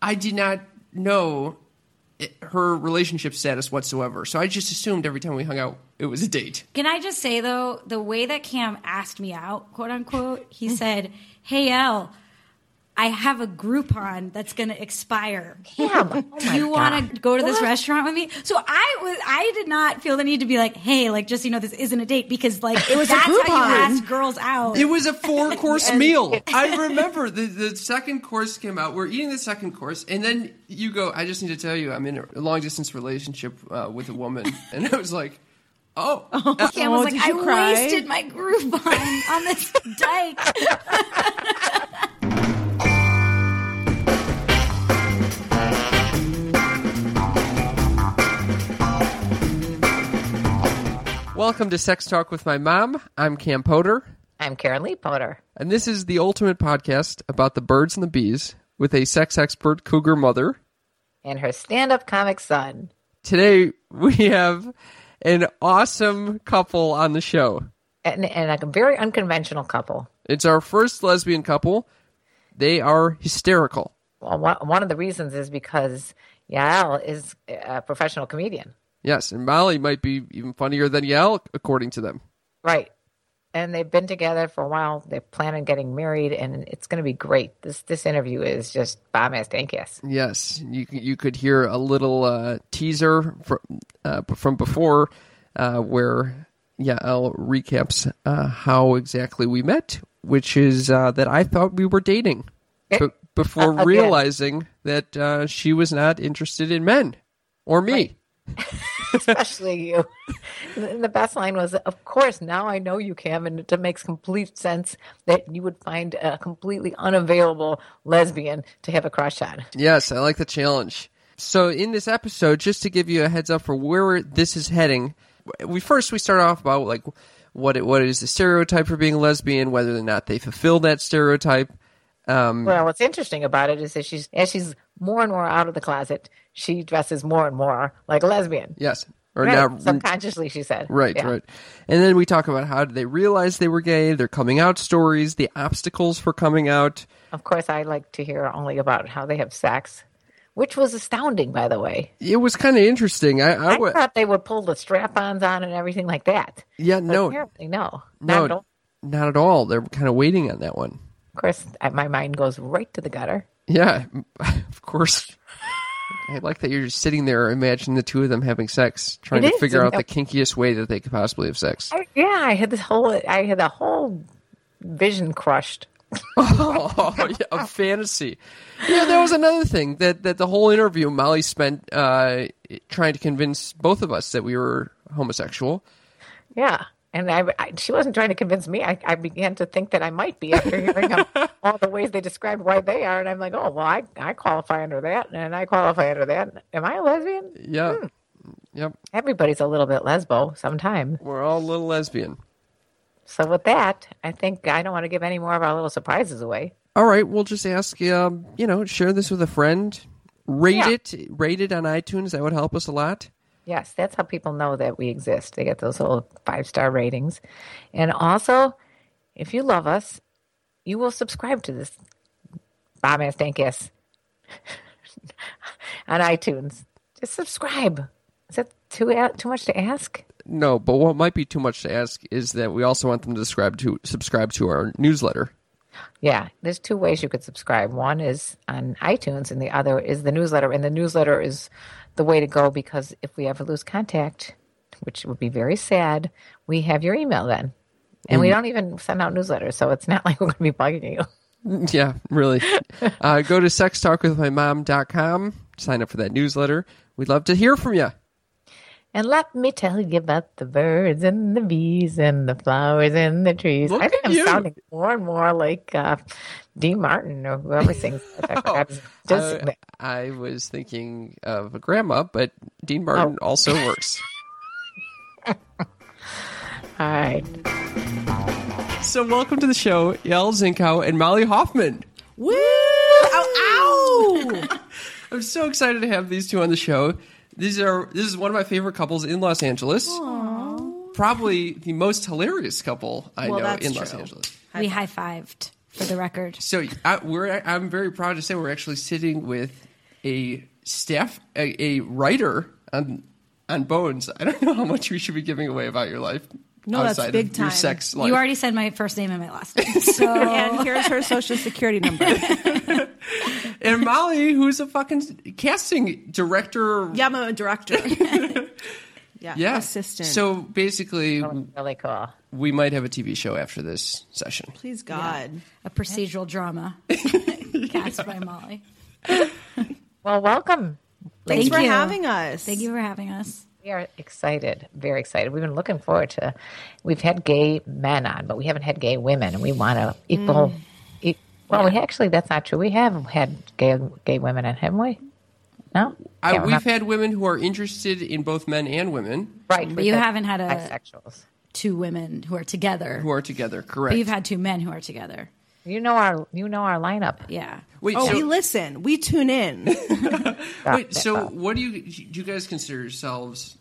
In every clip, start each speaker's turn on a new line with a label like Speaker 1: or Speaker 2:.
Speaker 1: I did not know it- her relationship status whatsoever. So I just assumed every time we hung out, it was a date.
Speaker 2: Can I just say though, the way that Cam asked me out, quote unquote, he said, "Hey L, I have a Groupon that's going to expire.
Speaker 3: Damn.
Speaker 2: Do you want to go to this restaurant with me?" So I was, I did not feel the need to be like, "Hey, like just so you know, this isn't a date," because like it was that's how you
Speaker 3: Groupon.
Speaker 2: ask girls out.
Speaker 1: It was a four course meal. I remember the, the second course came out. We're eating the second course, and then you go, I just need to tell you, I'm in a long distance relationship uh, with a woman. And I was like, oh.
Speaker 2: Cam was
Speaker 3: Oh,
Speaker 2: like,
Speaker 3: did
Speaker 2: "I
Speaker 3: you cry?"
Speaker 2: wasted my Groupon on this dike."
Speaker 1: Welcome to Sex Talk with My Mom. I'm Cam Potter,
Speaker 3: I'm Karen Lee Potter.
Speaker 1: and this is the ultimate podcast about the birds and the bees with a sex expert cougar mother.
Speaker 3: and her stand-up comic son.
Speaker 1: Today, we have an awesome couple on the show.
Speaker 3: And, and a very unconventional couple.
Speaker 1: It's our first lesbian couple. They are hysterical.
Speaker 3: Well, one, one of the reasons is because Yael is a professional comedian,
Speaker 1: Yes, and Molly might be even funnier than Yael, according to them.
Speaker 3: right? And they've been together for a while. They plan on getting married, and it's going to be great. This this interview is just bomb ass dank ass.
Speaker 1: Yes, you you could hear a little uh, teaser from uh, from before uh, where Yael recaps uh, how exactly we met, which is uh, that I thought we were dating,
Speaker 3: Okay.
Speaker 1: but before
Speaker 3: Uh, again.
Speaker 1: realizing that uh, she was not interested in men or me.
Speaker 3: Especially you. and the best line was, "Of course, now I know you, Cam, and it makes complete sense that you would find a completely unavailable lesbian to have a crush on."
Speaker 1: Yes, I like the challenge. So in this episode, just to give you a heads up for where this is heading, we first we start off about like what it, what is the stereotype for being lesbian, whether or not they fulfill that stereotype. Um,
Speaker 3: Well, what's interesting about it is that she's as she's more and more out of the closet, she dresses more and more like a lesbian.
Speaker 1: yes, or
Speaker 3: Right.
Speaker 1: not
Speaker 3: Subconsciously, she said.
Speaker 1: Right,
Speaker 3: Yeah.
Speaker 1: right. And then we talk about how did they realize they were gay, their coming out stories, the obstacles for coming out.
Speaker 3: Of course, I like to hear only about how they have sex, which was astounding, by the way.
Speaker 1: It was kind of interesting. I, I,
Speaker 3: I
Speaker 1: wa-
Speaker 3: thought they would pull the strap-ons on and everything like that.
Speaker 1: yeah,
Speaker 3: But
Speaker 1: no,
Speaker 3: apparently no,
Speaker 1: no,
Speaker 3: Not at all.
Speaker 1: not at all. They're kind of waiting on that one.
Speaker 3: Of course, I- my mind goes right to the gutter.
Speaker 1: Yeah, of course. I like that you're just sitting there imagining the two of them having sex, trying
Speaker 3: It
Speaker 1: to
Speaker 3: is,
Speaker 1: figure out
Speaker 3: and-
Speaker 1: the kinkiest way that they could possibly have sex.
Speaker 3: I- yeah, I had this whole, I had the whole vision crushed.
Speaker 1: Oh, yeah, a fantasy. Yeah, that was another thing that that the whole interview Molly spent uh, trying to convince both of us that we were homosexual.
Speaker 3: Yeah. And I, I, she wasn't trying to convince me. I, I began to think that I might be after hearing how, all the ways they described why they are. And I'm like, oh, well, I, I qualify under that. And I qualify under that. Am I a lesbian?
Speaker 1: Yeah, yep,
Speaker 3: Everybody's a little bit lesbo sometimes.
Speaker 1: we're all a little lesbian.
Speaker 3: So with that, I think I don't want to give any more of our little surprises away.
Speaker 1: All right, we'll just ask um, you know, share this with a friend, rate
Speaker 3: Yeah.
Speaker 1: it, rate it on iTunes. That would help us a lot.
Speaker 3: Yes, that's how people know that we exist. They get those little five star ratings. And also, if you love us, you will subscribe to this Bomb Ass Dank Ass on iTunes. Just subscribe. Is that too a- too much to ask?
Speaker 1: No, but what might be too much to ask is that we also want them to subscribe to subscribe to our newsletter.
Speaker 3: Yeah, there's two ways you could subscribe. One is on iTunes, and the other is the newsletter. And the newsletter is the way to go because if we ever lose contact, which would be very sad, we have your email then. And
Speaker 1: Mm.
Speaker 3: we don't even send out newsletters, so it's not like we're going to be bugging you.
Speaker 1: Yeah, really. uh, go to sextalkwithmymom.com, sign up for that newsletter. We'd love to hear from you.
Speaker 3: And let me tell you about the birds and the bees and the flowers and the trees.
Speaker 1: Look
Speaker 3: I think
Speaker 1: at
Speaker 3: I'm
Speaker 1: you.
Speaker 3: sounding more and more like uh, Dean Martin or whoever sings. I forgot. Just,
Speaker 1: I, I was thinking of a grandma, but Dean Martin also works.
Speaker 3: all right.
Speaker 1: so, welcome to the show, Yael Zinkow and Molly Hoffman.
Speaker 4: Woo! Ow! ow!
Speaker 1: I'm so excited to have these two on the show. These are this is one of my favorite couples in Los Angeles. Probably the most hilarious couple I
Speaker 4: Well,
Speaker 1: know
Speaker 4: that's
Speaker 1: in Los
Speaker 4: true.
Speaker 1: Angeles.
Speaker 2: we high fived for the record.
Speaker 1: So I, we're I'm very proud to say we're actually sitting with a staff a, a writer on on Bones. I don't know how much we should be giving away about your life.
Speaker 4: No, that's
Speaker 1: outside of
Speaker 4: big
Speaker 1: Your
Speaker 4: time.
Speaker 1: sex life.
Speaker 2: You already said my first name and my last name. So
Speaker 4: And here's her social security number.
Speaker 1: and Molly, who's a fucking casting director.
Speaker 4: yeah, I'm a director. yeah,
Speaker 1: Yeah.
Speaker 4: assistant.
Speaker 1: So basically,
Speaker 3: Really cool.
Speaker 1: we might have a TV show after this session.
Speaker 4: please God,
Speaker 2: a procedural drama cast by Molly.
Speaker 3: Well, welcome.
Speaker 4: thanks
Speaker 2: Thank
Speaker 4: for
Speaker 2: you.
Speaker 4: having us.
Speaker 2: Thank you for having us.
Speaker 3: We are excited, very excited. We've been looking forward to. We've had gay men on, but we haven't had gay women, and we want to
Speaker 2: Mm.
Speaker 3: equal. E- well, we actually that's not true. We have had gay gay women on, haven't we? No,
Speaker 1: I, we've
Speaker 3: Can't remember.
Speaker 1: had women who are interested in both men and women
Speaker 3: right,
Speaker 2: But
Speaker 3: we've
Speaker 2: you
Speaker 3: had
Speaker 2: haven't had a-
Speaker 3: bisexuals.
Speaker 2: Two women who are together.
Speaker 1: who are together.
Speaker 2: but
Speaker 1: Correct.
Speaker 2: you've had two men who are together.
Speaker 3: You know our you know our lineup.
Speaker 2: Yeah.
Speaker 1: wait,
Speaker 4: Oh,
Speaker 1: so,
Speaker 4: we listen. We tune in.
Speaker 1: wait. So, what do you do? You guys consider yourselves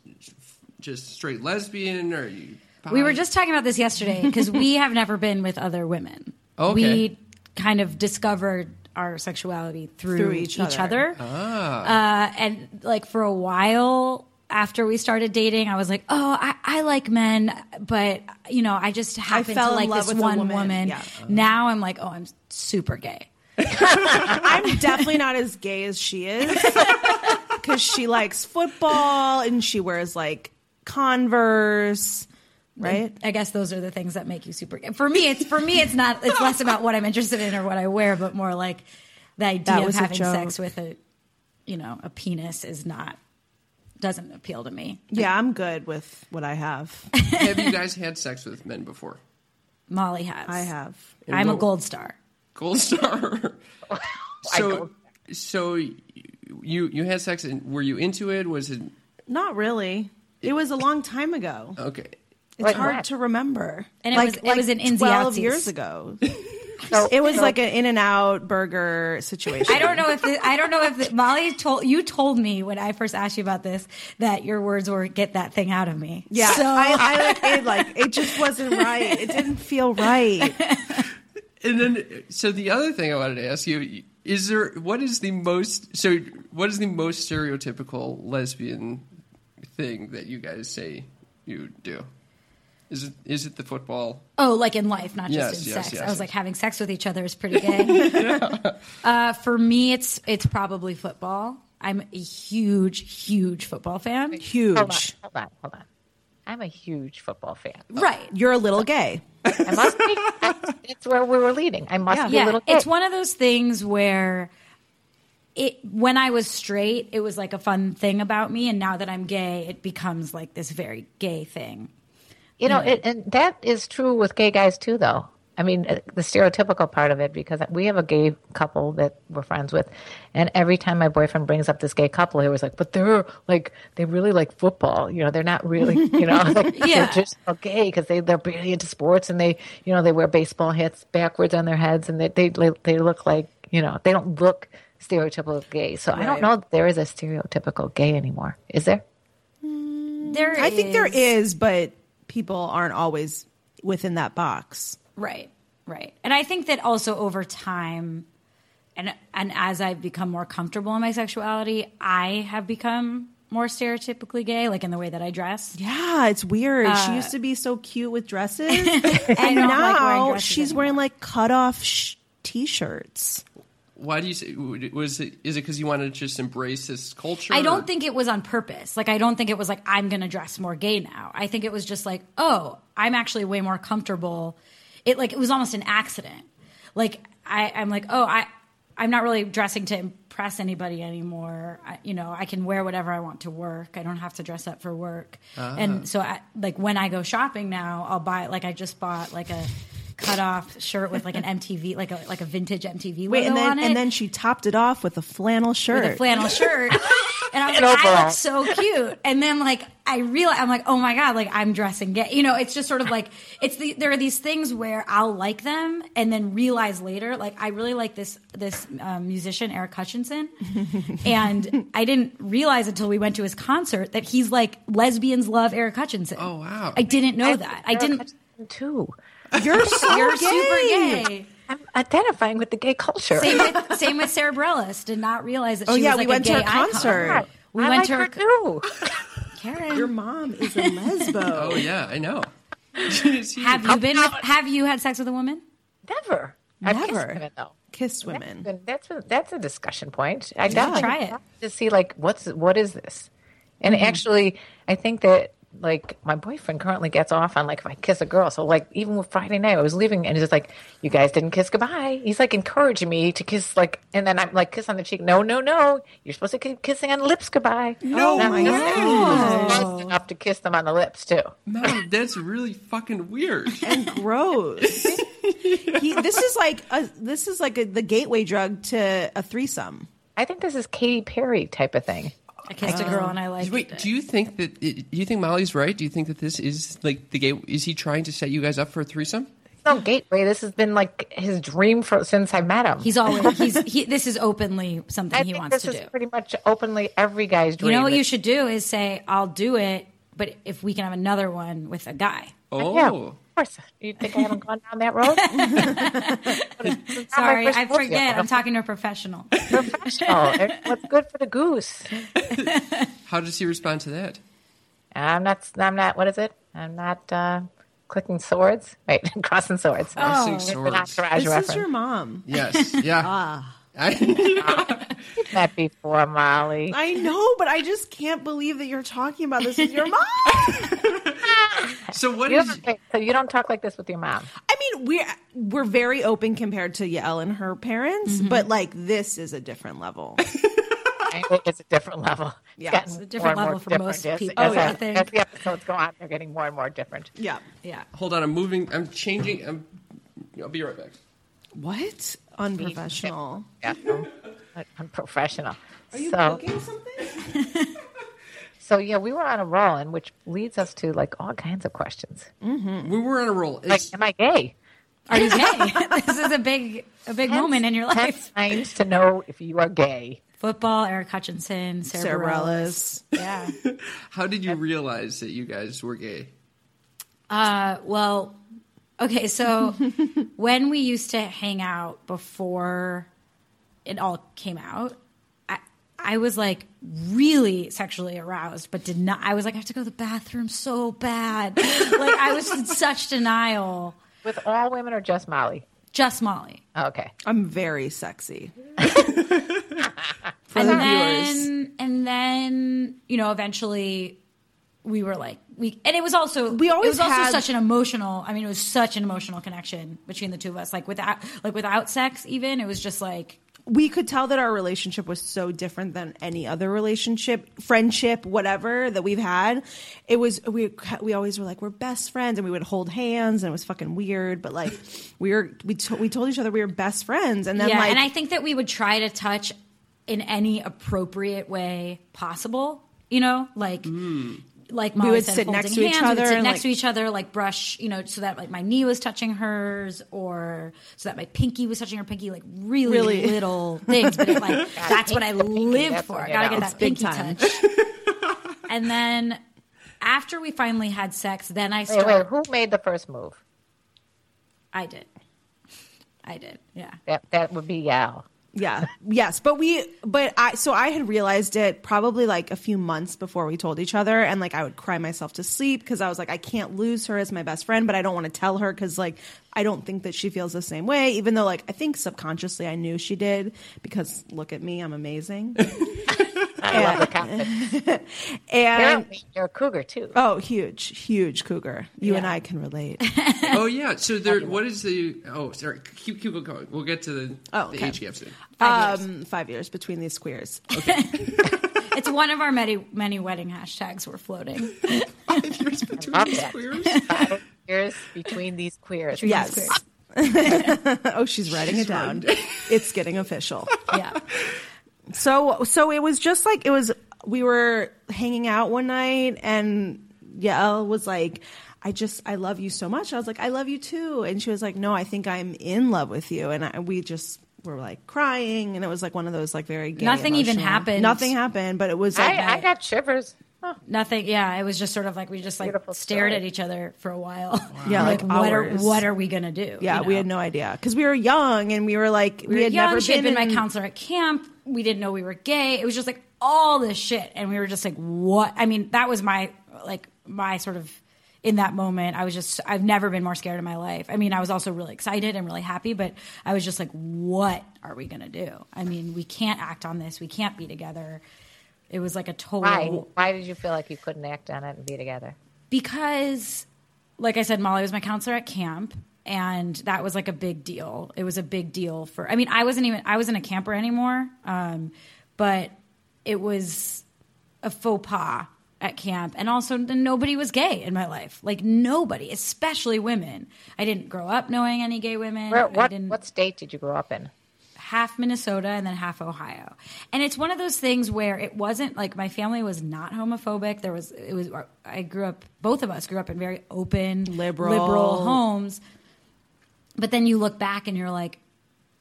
Speaker 1: just straight lesbian, or are you?
Speaker 2: We were
Speaker 1: bi?
Speaker 2: just talking about this yesterday because we have never been with other women.
Speaker 4: Oh,
Speaker 1: Okay.
Speaker 2: We kind of discovered our sexuality through,
Speaker 4: Through each other. Ah.
Speaker 2: Uh, and like for a while after we started dating, I was like, oh, I, I like men, but you know, I just happen
Speaker 4: fell
Speaker 2: to like
Speaker 4: in love
Speaker 2: this
Speaker 4: with a
Speaker 2: one
Speaker 4: woman." Yeah.
Speaker 2: Now I'm like, oh, I'm super gay.
Speaker 4: I'm definitely not as gay as she is because she likes football and she wears like Converse, right?
Speaker 2: I guess those are the things that make you super gay. For me, it's for me, it's not. It's less about what I'm interested in or what I wear, but more like the idea of
Speaker 4: was a
Speaker 2: having
Speaker 4: joke.
Speaker 2: sex with a, you know, a penis is not doesn't appeal to me.
Speaker 4: Yeah, I'm good with what I have.
Speaker 1: have you guys had sex with men before?
Speaker 2: Molly has.
Speaker 4: I have.
Speaker 2: I'm a gold star.
Speaker 1: Gold star. so, so you you had sex and were you into it? Was it
Speaker 4: Not really. It was a long time ago.
Speaker 1: okay?
Speaker 4: It's
Speaker 3: Like
Speaker 4: hard
Speaker 3: what?
Speaker 4: to remember.
Speaker 2: And it was- it was an Insioutsies.
Speaker 4: twelve years ago. it was like an in and out burger situation.
Speaker 2: I don't know if the, I don't know if the, Molly told you told me when I first asked you about this that your words were "get that thing out of me."
Speaker 4: Yeah,
Speaker 2: So
Speaker 4: I, I like it. Like it just wasn't right. It didn't feel right.
Speaker 1: And then, so the other thing I wanted to ask you is there what is the most so what is the most stereotypical lesbian thing that you guys say you do? Is it is it the football?
Speaker 2: Oh, like in life, not just
Speaker 1: Yes,
Speaker 2: in
Speaker 1: yes,
Speaker 2: sex.
Speaker 1: yes,
Speaker 2: I was
Speaker 1: yes.
Speaker 2: like having sex with each other is pretty gay. uh, for me, it's it's probably football. I'm a huge, huge football fan.
Speaker 3: Hold on,
Speaker 4: Huge.
Speaker 3: hold on, hold on. I'm a huge football fan.
Speaker 2: Right.
Speaker 4: You're a little gay.
Speaker 3: I must be. that's where we were leading. I must be a
Speaker 2: Yeah.
Speaker 3: little.
Speaker 2: It's
Speaker 3: gay.
Speaker 2: one of those things where it when I was straight, it was like a fun thing about me, and now that I'm gay, it becomes like this very gay thing.
Speaker 3: You know, it, and that is true with gay guys too, though. I mean, uh, the stereotypical part of it, because we have a gay couple that we're friends with, and every time my boyfriend brings up this gay couple, he was like, "But they're like, they really like football. You know, they're not really, you know, like,
Speaker 2: Yeah.
Speaker 3: they're just so gay because they they're really into sports and they, you know, they wear baseball hats backwards on their heads and they they they look like, you know, they don't look stereotypical gay. So I don't know that there is a stereotypical gay anymore, is there?
Speaker 2: There,
Speaker 4: I think there is, but people aren't always within that box.
Speaker 2: Right, right. And I think that also over time, and and as I've become more comfortable in my sexuality, I have become more stereotypically gay, like in the way that I dress.
Speaker 4: Yeah, it's weird. she used to be so cute with
Speaker 2: Uh,
Speaker 4: dresses,
Speaker 2: I don't
Speaker 4: and
Speaker 2: like wearing
Speaker 4: now
Speaker 2: dresses
Speaker 4: she's
Speaker 2: anymore.
Speaker 4: wearing like cut off sh- t-shirts.
Speaker 1: Why do you say was it is it because you want to just embrace this culture?
Speaker 2: I don't think it was on purpose. Like I don't think it was like I'm going to dress more gay now. I think it was just like, oh, I'm actually way more comfortable. It like it was almost an accident. Like I, I'm like, oh, I, I'm not really dressing to impress anybody anymore. I, you know, I can wear whatever I want to work. I don't have to dress up for work.
Speaker 4: Ah.
Speaker 2: And so, I, like when I go shopping now, I'll buy like I just bought like a cut off shirt with like an MTV, like a like a vintage MTV
Speaker 4: Wait,
Speaker 2: logo on
Speaker 4: and then
Speaker 2: it
Speaker 4: and then she topped it off with a flannel shirt.
Speaker 2: with a flannel shirt. And I was like,
Speaker 3: And
Speaker 2: I look
Speaker 3: overalls.
Speaker 2: so cute. And then like I realize I'm like, oh my God, like I'm dressing gay. You know, it's just sort of like it's the there are these things where I'll like them and then realize later, like I really like this this um, musician, Eric Hutchinson. and I didn't realize until we went to his concert that he's like lesbians love Eric Hutchinson.
Speaker 1: Oh, wow.
Speaker 2: I didn't know that. I didn't
Speaker 3: too.
Speaker 4: You're so
Speaker 2: you're
Speaker 4: gay.
Speaker 2: super gay.
Speaker 3: I'm identifying with the gay culture.
Speaker 2: Same with, same with Sarah Bareilles. Did not realize that she
Speaker 4: Oh, yeah,
Speaker 2: was
Speaker 4: we
Speaker 2: like
Speaker 4: went
Speaker 2: a
Speaker 4: to
Speaker 2: gay
Speaker 4: her concert.
Speaker 2: Icon. We
Speaker 3: I
Speaker 2: went
Speaker 3: like
Speaker 2: to
Speaker 3: her
Speaker 2: her.
Speaker 3: too.
Speaker 2: Karen,
Speaker 4: Your mom is a lesbo.
Speaker 1: Oh yeah, I know.
Speaker 2: have you been? With, have you had sex with a woman?
Speaker 3: Never. I've kissed
Speaker 4: Never.
Speaker 3: women, though.
Speaker 4: Kissed women.
Speaker 3: But That's a- that's a discussion point. I yeah,
Speaker 2: try it. Mm-hmm.
Speaker 3: to see like what's what is this, and actually, I think that like my boyfriend currently gets off on like if I kiss a girl. So like even with Friday night, I was leaving and he's just like, "You guys didn't kiss goodbye." He's like encouraging me to kiss like, and then I'm like kiss on the cheek. No, no, no. You're supposed to keep kissing on the lips goodbye.
Speaker 4: No,
Speaker 3: And I'm
Speaker 4: my
Speaker 3: just like,
Speaker 4: God.
Speaker 3: close enough to kiss them on the lips too.
Speaker 1: No, that's really fucking weird.
Speaker 4: and gross. he, this is like a, this is like a, the gateway drug to a threesome.
Speaker 3: I think this is Katy Perry type of thing.
Speaker 2: I kissed a girl and I liked
Speaker 1: Um, Wait,
Speaker 2: it.
Speaker 1: do you think that do you think Molly's right? Do you think that this is like the gay? Is he trying to set you guys up for a threesome?
Speaker 3: No gateway. This has been like his dream for since I met him.
Speaker 2: He's always he's he, this is openly something
Speaker 3: I
Speaker 2: he
Speaker 3: think
Speaker 2: wants
Speaker 3: this
Speaker 2: to
Speaker 3: is
Speaker 2: do.
Speaker 3: pretty much openly every guy's
Speaker 2: You
Speaker 3: dream.
Speaker 2: know what you should do is say, "I'll do it," but if we can have another one with a guy.
Speaker 1: Oh,
Speaker 3: Yeah, of course. You think I haven't gone down that road?
Speaker 2: Sorry, I forget. I'm talking to a professional.
Speaker 3: talking. What's good for the goose?
Speaker 1: how does he respond to that?
Speaker 3: I'm not. I'm not. What is it? I'm not uh, clicking swords. Wait, crossing
Speaker 2: Oh.
Speaker 3: swords.
Speaker 4: Oh.
Speaker 1: Crossing
Speaker 3: Not
Speaker 1: swords.
Speaker 3: garage
Speaker 4: This is
Speaker 3: reference.
Speaker 4: your mom.
Speaker 1: Yes. Yeah.
Speaker 4: Ah.
Speaker 1: I,
Speaker 3: Not before Molly.
Speaker 4: I know, but I just can't believe that you're talking about this with your mom.
Speaker 1: so what
Speaker 3: You
Speaker 1: is?
Speaker 3: haven't- wait, so you don't talk like this with your mom.
Speaker 4: I mean, we're we're very open compared to Yael and her parents, but like this is a different level.
Speaker 3: I think it's a different level.
Speaker 4: Yeah,
Speaker 3: gotten
Speaker 4: it's a
Speaker 2: different level
Speaker 3: more and more
Speaker 2: for
Speaker 3: different
Speaker 2: most
Speaker 3: as-
Speaker 2: people,
Speaker 3: As,
Speaker 2: I
Speaker 3: as
Speaker 2: think.
Speaker 3: the episodes go on, they're getting more and more different.
Speaker 4: Yeah.
Speaker 2: Yeah.
Speaker 1: Hold on, I'm moving. I'm changing. I'm. I'll be right back.
Speaker 4: What? Unprofessional.
Speaker 3: Yeah, I'm professional.
Speaker 4: Are you
Speaker 3: so,
Speaker 4: cooking something?
Speaker 3: so yeah, we were on a roll, and which leads us to like all kinds of questions.
Speaker 1: We were on a roll.
Speaker 3: Like,
Speaker 1: It's,
Speaker 3: am I gay?
Speaker 2: Are you gay? this is a big a big moment in your
Speaker 3: Ten
Speaker 2: life.
Speaker 3: signs to know if you are gay.
Speaker 2: Football, Eric Hutchinson, Sarah Bareilles.
Speaker 4: Cerebrellus.
Speaker 2: Yeah.
Speaker 1: how did you realize that you guys were gay?
Speaker 2: Uh, well, okay, so when we used to hang out before it all came out, I, I was like really sexually aroused, but did not. I was like, I have to go to the bathroom so bad. like, I was in such denial.
Speaker 3: With all women or just Molly?
Speaker 2: Just Molly.
Speaker 3: Okay.
Speaker 4: I'm very sexy.
Speaker 2: and
Speaker 4: the viewers.
Speaker 2: then, and then, you know, eventually we were like, we, and it was also,
Speaker 4: We always
Speaker 2: it was also
Speaker 4: had-
Speaker 2: such an emotional, I mean, it was such an emotional connection between the two of us. Like without, like without sex even, it was just like,
Speaker 4: we could tell that our relationship was so different than any other relationship, friendship, whatever that we've had. It was we we always were like we're best friends, and we would hold hands, and it was fucking weird. But like we were we to, we told each other we were best friends, and then
Speaker 2: yeah.
Speaker 4: like
Speaker 2: and I think that we would try to touch in any appropriate way possible, you know, like, like Molly
Speaker 4: Mm. would
Speaker 2: said,
Speaker 4: sit next
Speaker 2: holding
Speaker 4: to each
Speaker 2: hands, we would
Speaker 4: other
Speaker 2: sit
Speaker 4: and,
Speaker 2: next
Speaker 4: like-
Speaker 2: to each other, like brush, you know, so that like my knee was touching hers, or so that my pinky was touching her pinky, like really,
Speaker 4: Really.
Speaker 2: little things. But it, like that's what I live
Speaker 3: that's
Speaker 2: for.
Speaker 3: what
Speaker 2: I
Speaker 3: it
Speaker 2: gotta
Speaker 3: is.
Speaker 2: get
Speaker 3: It's
Speaker 2: that
Speaker 4: big
Speaker 2: pinky
Speaker 4: time.
Speaker 2: touch. and then after we finally had sex, then
Speaker 4: Oh,
Speaker 2: I
Speaker 3: Wait,
Speaker 2: started.
Speaker 3: wait. Who made the first move?
Speaker 2: I did. I did. Yeah.
Speaker 3: That that would be Yal.
Speaker 4: yeah yes, but we but I so I had realized it probably like a few months before we told each other, and like I would cry myself to sleep because I was like I can't lose her as my best friend, but I don't want to tell her because like I don't think that she feels the same way, even though like I think subconsciously I knew she did because look at me, I'm amazing.
Speaker 3: I love the confidence.
Speaker 4: And
Speaker 3: Apparently, you're a cougar too.
Speaker 4: oh, huge, huge cougar. You and I can relate.
Speaker 1: oh yeah. So there. What is the? Oh, sorry. Keep keep going. We'll get to the,
Speaker 4: Oh,
Speaker 1: the
Speaker 4: okay.
Speaker 1: age gap soon.
Speaker 2: Five years.
Speaker 4: Um, five years between these queers.
Speaker 2: It's one of our many many wedding hashtags we're floating.
Speaker 1: Five years between
Speaker 3: love
Speaker 1: these
Speaker 3: that.
Speaker 1: queers.
Speaker 3: Five years between these queers.
Speaker 4: Yes. Oh, she's writing it down. it's getting official.
Speaker 2: Yeah.
Speaker 4: So, so it was just like it was. We were hanging out one night, and Yael was like, "I just, I love you so much." I was like, "I love you too," and she was like, "No, I think I'm in love with you." And I, we just were like crying, and it was like one of those like very gay
Speaker 2: Nothing even
Speaker 4: emotional-
Speaker 2: happened.
Speaker 4: Nothing happened, but it was like
Speaker 3: I, I got shivers.
Speaker 2: Nothing. Yeah, it was just sort of like we just like
Speaker 3: Beautiful
Speaker 2: stared
Speaker 3: story.
Speaker 2: at each other for a while.
Speaker 4: Yeah,
Speaker 2: like,
Speaker 4: like
Speaker 2: what are
Speaker 4: hours.
Speaker 2: what are we gonna do?
Speaker 4: Yeah,
Speaker 2: you
Speaker 4: we
Speaker 2: know?
Speaker 4: had no idea because we were young and we were like we,
Speaker 2: We were
Speaker 4: had
Speaker 2: young.
Speaker 4: never
Speaker 2: she had been
Speaker 4: in,
Speaker 2: my counselor at camp. We didn't know we were gay. It was just like all this shit, and we were just like, what? I mean, that was my like my sort of in that moment. I was just I've never been more scared in my life. I mean, I was also really excited and really happy, but I was just like, what are we gonna do? I mean, we can't act on this. We can't be together. It was like a total
Speaker 3: Why? Why did you feel like you couldn't act on it and be together?
Speaker 2: because like i said molly was my counselor at camp and that was like a big deal it was a big deal for i mean i wasn't even i wasn't a camper anymore um, but it was a faux pas at camp and also n- nobody was gay in my life like nobody especially women i didn't grow up knowing any gay women
Speaker 3: Where,
Speaker 2: I
Speaker 3: what
Speaker 2: didn't-
Speaker 3: what state did you grow up in?
Speaker 2: half Minnesota and then half Ohio. And it's one of those things where it wasn't like my family was not homophobic. There was it was I grew up both of us grew up in very open
Speaker 4: Liberal.
Speaker 2: liberal homes. But then you look back and you're like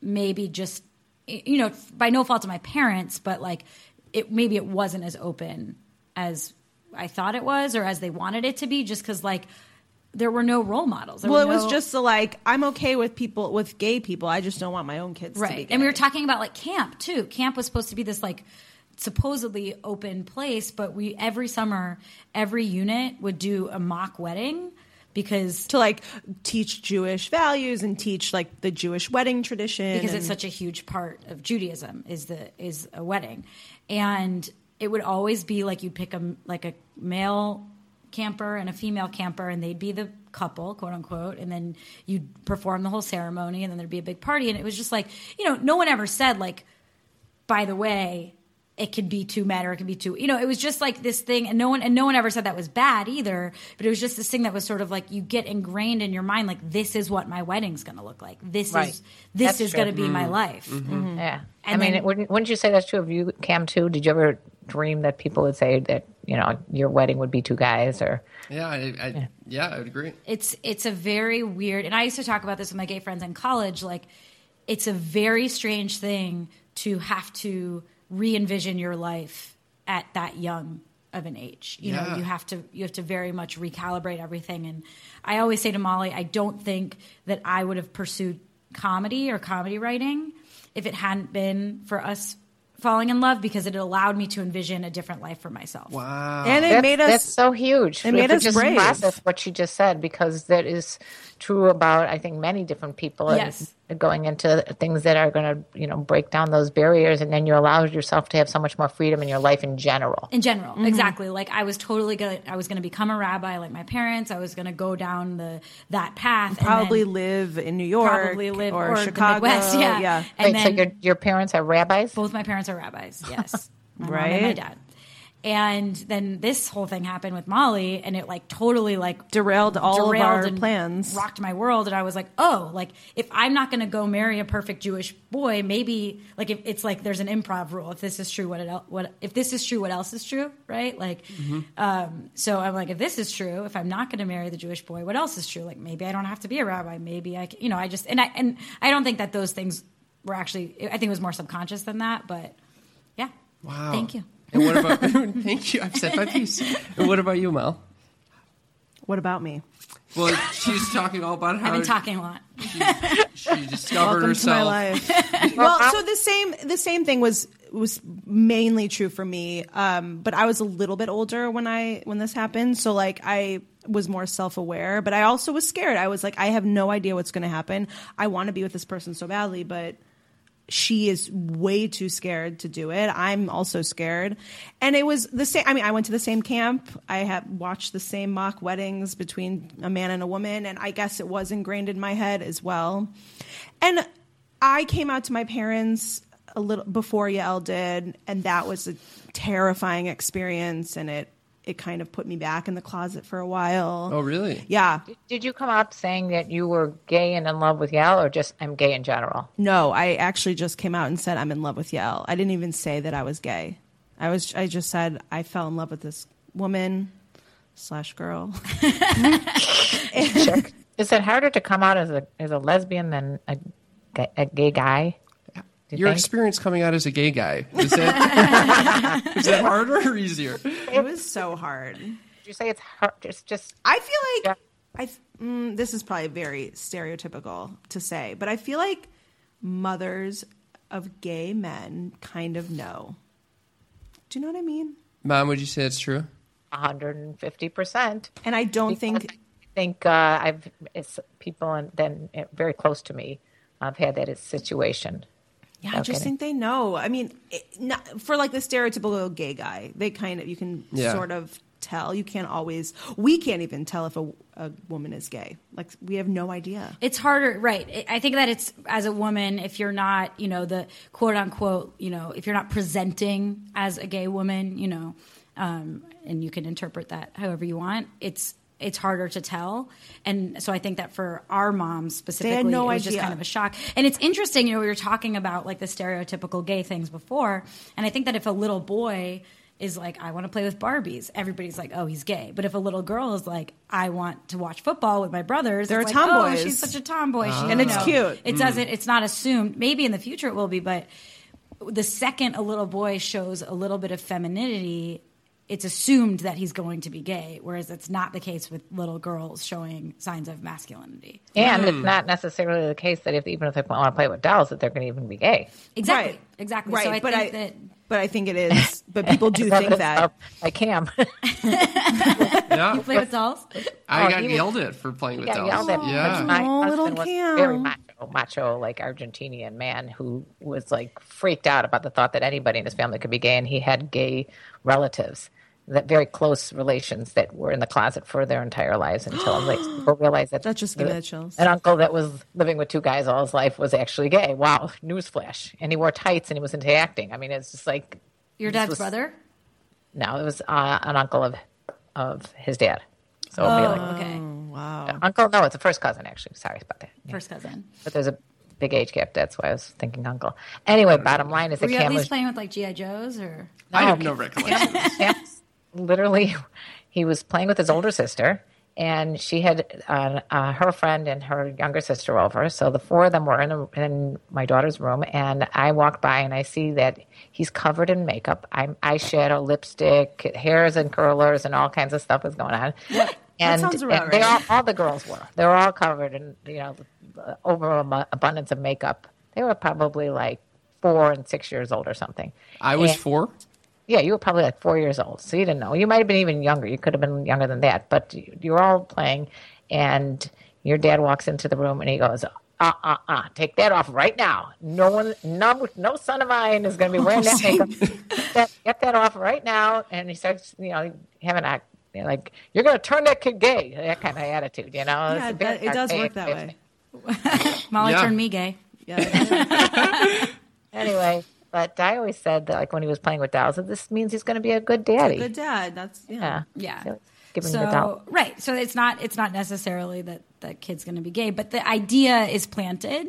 Speaker 2: maybe just you know by no fault of my parents, but like it maybe it wasn't as open as I thought it was or as they wanted it to be just cuz like there were no role models. There
Speaker 4: Well, it
Speaker 2: were
Speaker 4: was
Speaker 2: no-
Speaker 4: just the, like I'm okay with people with gay people. I just don't want my own kids. To be
Speaker 2: right
Speaker 4: gay.
Speaker 2: and we were talking about like camp too camp was supposed to be this like supposedly open place but we every summer every unit would do a mock wedding because
Speaker 4: to like teach Jewish values and teach like the Jewish wedding tradition.
Speaker 2: because
Speaker 4: and-
Speaker 2: it's such a huge part of Judaism is the is a wedding, and it would always be like you'd pick a like a male camper and a female camper, and they'd be the couple, quote unquote, and then you'd perform the whole ceremony, and then there'd be a big party, and it was just like you know no one ever said like, by the way. It could be two men, or it could be two. You know, it was just like this thing, and no one and no one ever said that was bad either. But it was just this thing that was sort of like you get ingrained in your mind, like this is what my wedding's going to look like. This
Speaker 3: Right.
Speaker 2: is this
Speaker 3: That's
Speaker 2: is
Speaker 3: true. Mm-hmm.
Speaker 2: going to be my life. Mm-hmm.
Speaker 3: Yeah. I
Speaker 2: And
Speaker 3: mean,
Speaker 2: then-
Speaker 3: it- wouldn't, wouldn't you say that's true of you, Cam, too? Did you ever dream that people would say that, you know, your wedding would be two guys or
Speaker 1: Yeah, I, I, yeah. I would agree.
Speaker 2: It's it's a very weird, and I used to talk about this with my gay friends in college. Like, it's a very strange thing to have to re envision your life at that young of an age. You know,
Speaker 1: Yeah.
Speaker 2: you have to you have to very much recalibrate everything. And I always say to Molly, I don't think that I would have pursued comedy or comedy writing if it hadn't been for us falling in love because it allowed me to envision a different life for myself.
Speaker 1: Wow.
Speaker 4: and it
Speaker 3: That's-
Speaker 4: made us
Speaker 3: That's so huge.
Speaker 4: it made
Speaker 3: If we
Speaker 4: us
Speaker 3: just
Speaker 4: brave.
Speaker 3: process what she just said because that is true about I think many different people. and
Speaker 2: Yes.
Speaker 3: going into things that are going to you know break down those barriers, and then you allow yourself to have so much more freedom in your life in general.
Speaker 2: in general
Speaker 4: Mm-hmm.
Speaker 2: exactly like i was totally gonna i was gonna become a rabbi like my parents i was gonna go down the that path and
Speaker 4: probably
Speaker 2: then
Speaker 4: live in New York,
Speaker 2: probably live
Speaker 4: or,
Speaker 2: or, the
Speaker 4: Chicago.
Speaker 2: Midwest, yeah
Speaker 4: yeah.
Speaker 2: and
Speaker 3: Wait,
Speaker 2: then
Speaker 3: so your your parents are rabbis.
Speaker 2: both my parents are rabbis yes my mom
Speaker 4: Right.
Speaker 2: and my dad and then this whole thing happened with molly and it like totally like
Speaker 4: Derailed all
Speaker 2: derailed
Speaker 4: of our
Speaker 2: and
Speaker 4: plans.
Speaker 2: rocked my world and i was like oh like if i'm not going to go marry a perfect jewish boy maybe like if it's like there's an improv rule if this is true what it el- what if this is true what else is true right like um, so i'm like if this is true if i'm not going to marry the jewish boy what else is true like maybe i don't have to be a rabbi maybe i can, you know i just and i and i don't think that those things were actually i think it was more subconscious than that but yeah
Speaker 1: wow.
Speaker 2: thank you
Speaker 1: And what about? thank you. I've said my piece. And what about you, Mel?
Speaker 4: What about me?
Speaker 1: Well, she's talking all about
Speaker 2: i've
Speaker 1: how
Speaker 2: been talking a lot
Speaker 1: she discovered
Speaker 4: Welcome
Speaker 1: herself.
Speaker 4: to my life. well, so the same the same thing was was mainly true for me, um, but I was a little bit older when I when this happened, so like I was more self aware, but I also was scared. I was like, I have no idea what's going to happen. I want to be with this person so badly, but she is way too scared to do it. I'm also scared. And it was the same I mean I went to the same camp. I have watched the same mock weddings between a man and a woman and I guess it was ingrained in my head as well. And I came out to my parents a little before Yael did and that was a terrifying experience and it it kind of put me back in the closet for a while.
Speaker 1: Oh, really?
Speaker 4: Yeah.
Speaker 3: Did you come up saying that you were gay and in love with Yal, or just I'm gay in general?
Speaker 4: No, I actually just came out and said I'm in love with Yael. I didn't even say that I was gay. I was I just said I fell in love with this woman slash girl.
Speaker 3: Is it harder to come out as a as a lesbian than a, ga- a gay guy? Do you
Speaker 1: Your
Speaker 3: think?
Speaker 1: experience coming out as a gay guy is that, is that harder or easier?
Speaker 4: It was so hard.
Speaker 3: Did you say it's hard? Just, just
Speaker 4: I feel like
Speaker 3: Yeah.
Speaker 4: I th- mm, this is probably very stereotypical to say, but I feel like mothers of gay men kind of know. Do you know what I mean?
Speaker 1: Mom, would you say that's true?
Speaker 3: 150 percent.
Speaker 4: And I don't
Speaker 3: I
Speaker 4: think
Speaker 3: think uh, I've it's people and then uh, very close to me. I've had that situation.
Speaker 4: Yeah, I just
Speaker 3: kidding.
Speaker 4: think they know. I mean, it, not, for like the stereotypical gay guy, they kind of you can
Speaker 1: Yeah.
Speaker 4: sort of tell. You can't always. We can't even tell if a, a woman is gay. Like we have no idea.
Speaker 2: it's harder right I- i think that it's as a woman if you're not you know the quote unquote you know if you're not presenting as a gay woman you know um, and you can interpret that however you want it's it's harder to tell and so i think that for our moms specifically
Speaker 4: no
Speaker 2: it was just
Speaker 4: idea.
Speaker 2: kind of a shock and it's interesting you know we were talking about like the stereotypical gay things before and i think that if a little boy is like i want to play with barbies everybody's like oh he's gay but if a little girl is like i want to watch football with my brothers
Speaker 4: They're
Speaker 2: it's
Speaker 4: a
Speaker 2: like, oh
Speaker 4: tomboys.
Speaker 2: she's such a a tomboy.
Speaker 3: Ah.
Speaker 2: She,
Speaker 4: And
Speaker 2: you
Speaker 4: it's
Speaker 2: know,
Speaker 4: cute.
Speaker 2: It doesn't.
Speaker 3: Mm.
Speaker 2: It's not assumed. Maybe in the future it will be, but the second a little boy shows a little bit of femininity, it's assumed that he's going to be gay. Whereas it's not the case with little girls showing signs of masculinity.
Speaker 3: And it's not necessarily the case that if even if they want to play with dolls, that they're going to even be gay.
Speaker 2: Exactly.
Speaker 4: Right.
Speaker 2: Exactly.
Speaker 4: Right.
Speaker 2: So I
Speaker 4: but
Speaker 2: think
Speaker 4: I
Speaker 2: that.
Speaker 4: but I think it is. But people do think
Speaker 3: Evidence
Speaker 4: that.
Speaker 3: of- Like Cam.
Speaker 1: Yeah,
Speaker 2: Play with dolls.
Speaker 1: I
Speaker 3: Oh,
Speaker 1: got
Speaker 3: he was-
Speaker 1: yelled at for playing with
Speaker 3: Yeah,
Speaker 1: dolls.
Speaker 3: yelled at me,
Speaker 1: yeah,
Speaker 3: but my
Speaker 4: Aw, little
Speaker 3: husband was
Speaker 4: Cam.
Speaker 3: very macho, macho, like Argentinian man who was like freaked out about the thought that anybody in his family could be gay, and he had gay relatives that very close relations that were in the closet for their entire lives until like people realized that
Speaker 4: That just gave me the chills.
Speaker 3: An uncle that was living with two guys all his life was actually gay. Wow, newsflash! And he wore tights and he was into acting. I mean, it's just like
Speaker 2: Your
Speaker 3: this
Speaker 2: dad's
Speaker 3: was-
Speaker 2: brother.
Speaker 3: No, it was uh, an uncle of of his dad. So it'd be
Speaker 2: Oh,
Speaker 3: like
Speaker 2: okay.
Speaker 4: Wow.
Speaker 3: uncle. No, it's a first cousin actually. Sorry about that.
Speaker 2: First cousin.
Speaker 3: But there's a big age gap. That's why I was thinking uncle. Anyway, bottom line is that
Speaker 2: Were you at
Speaker 3: Cam
Speaker 2: least
Speaker 3: was,
Speaker 2: playing with like GI Joes or?
Speaker 1: I have no recollection.
Speaker 3: Cam was literally he was playing with his older sister, and she had uh, uh, her friend and her younger sister over. So the four of them were in, a, in my daughter's room, and I walked by and I see that he's covered in makeup, I'm eyeshadow, lipstick, hairs and curlers, and all kinds of stuff is going on. And,
Speaker 4: sounds about
Speaker 3: and they
Speaker 4: right.
Speaker 3: all, all the girls were. They were all covered in you know over abundance of makeup. They were probably like four and six years old or something.
Speaker 1: I was
Speaker 3: And-
Speaker 1: four.
Speaker 3: yeah, you were probably like four years old, so you didn't know. You might have been even younger. You could have been younger than that, but you, you were all playing, and your dad walks into the room and he goes, "Uh, uh, uh, take that off right now. No one, no, no son of mine is
Speaker 4: Oh,
Speaker 3: going to be wearing that makeup. Get that, get that off right now." And he starts, you know, having a you know, like, "You're going to turn that kid gay," that kind of attitude, you know.
Speaker 4: Yeah,
Speaker 3: It's
Speaker 4: it,
Speaker 3: very
Speaker 4: does- it does work
Speaker 3: archaic
Speaker 4: that
Speaker 3: way of
Speaker 4: way.
Speaker 2: Molly
Speaker 1: Yeah.
Speaker 2: turned me gay.
Speaker 4: Yeah.
Speaker 3: Anyway, but I always said that, like, when he was playing with dolls, that this means he's going to be a good daddy.
Speaker 4: Good dad. That's yeah.
Speaker 3: yeah,
Speaker 2: Yeah.
Speaker 3: So, give him
Speaker 2: so,
Speaker 3: the doll.
Speaker 2: Right. So it's not it's not necessarily that the kid's going to be gay, but the idea is planted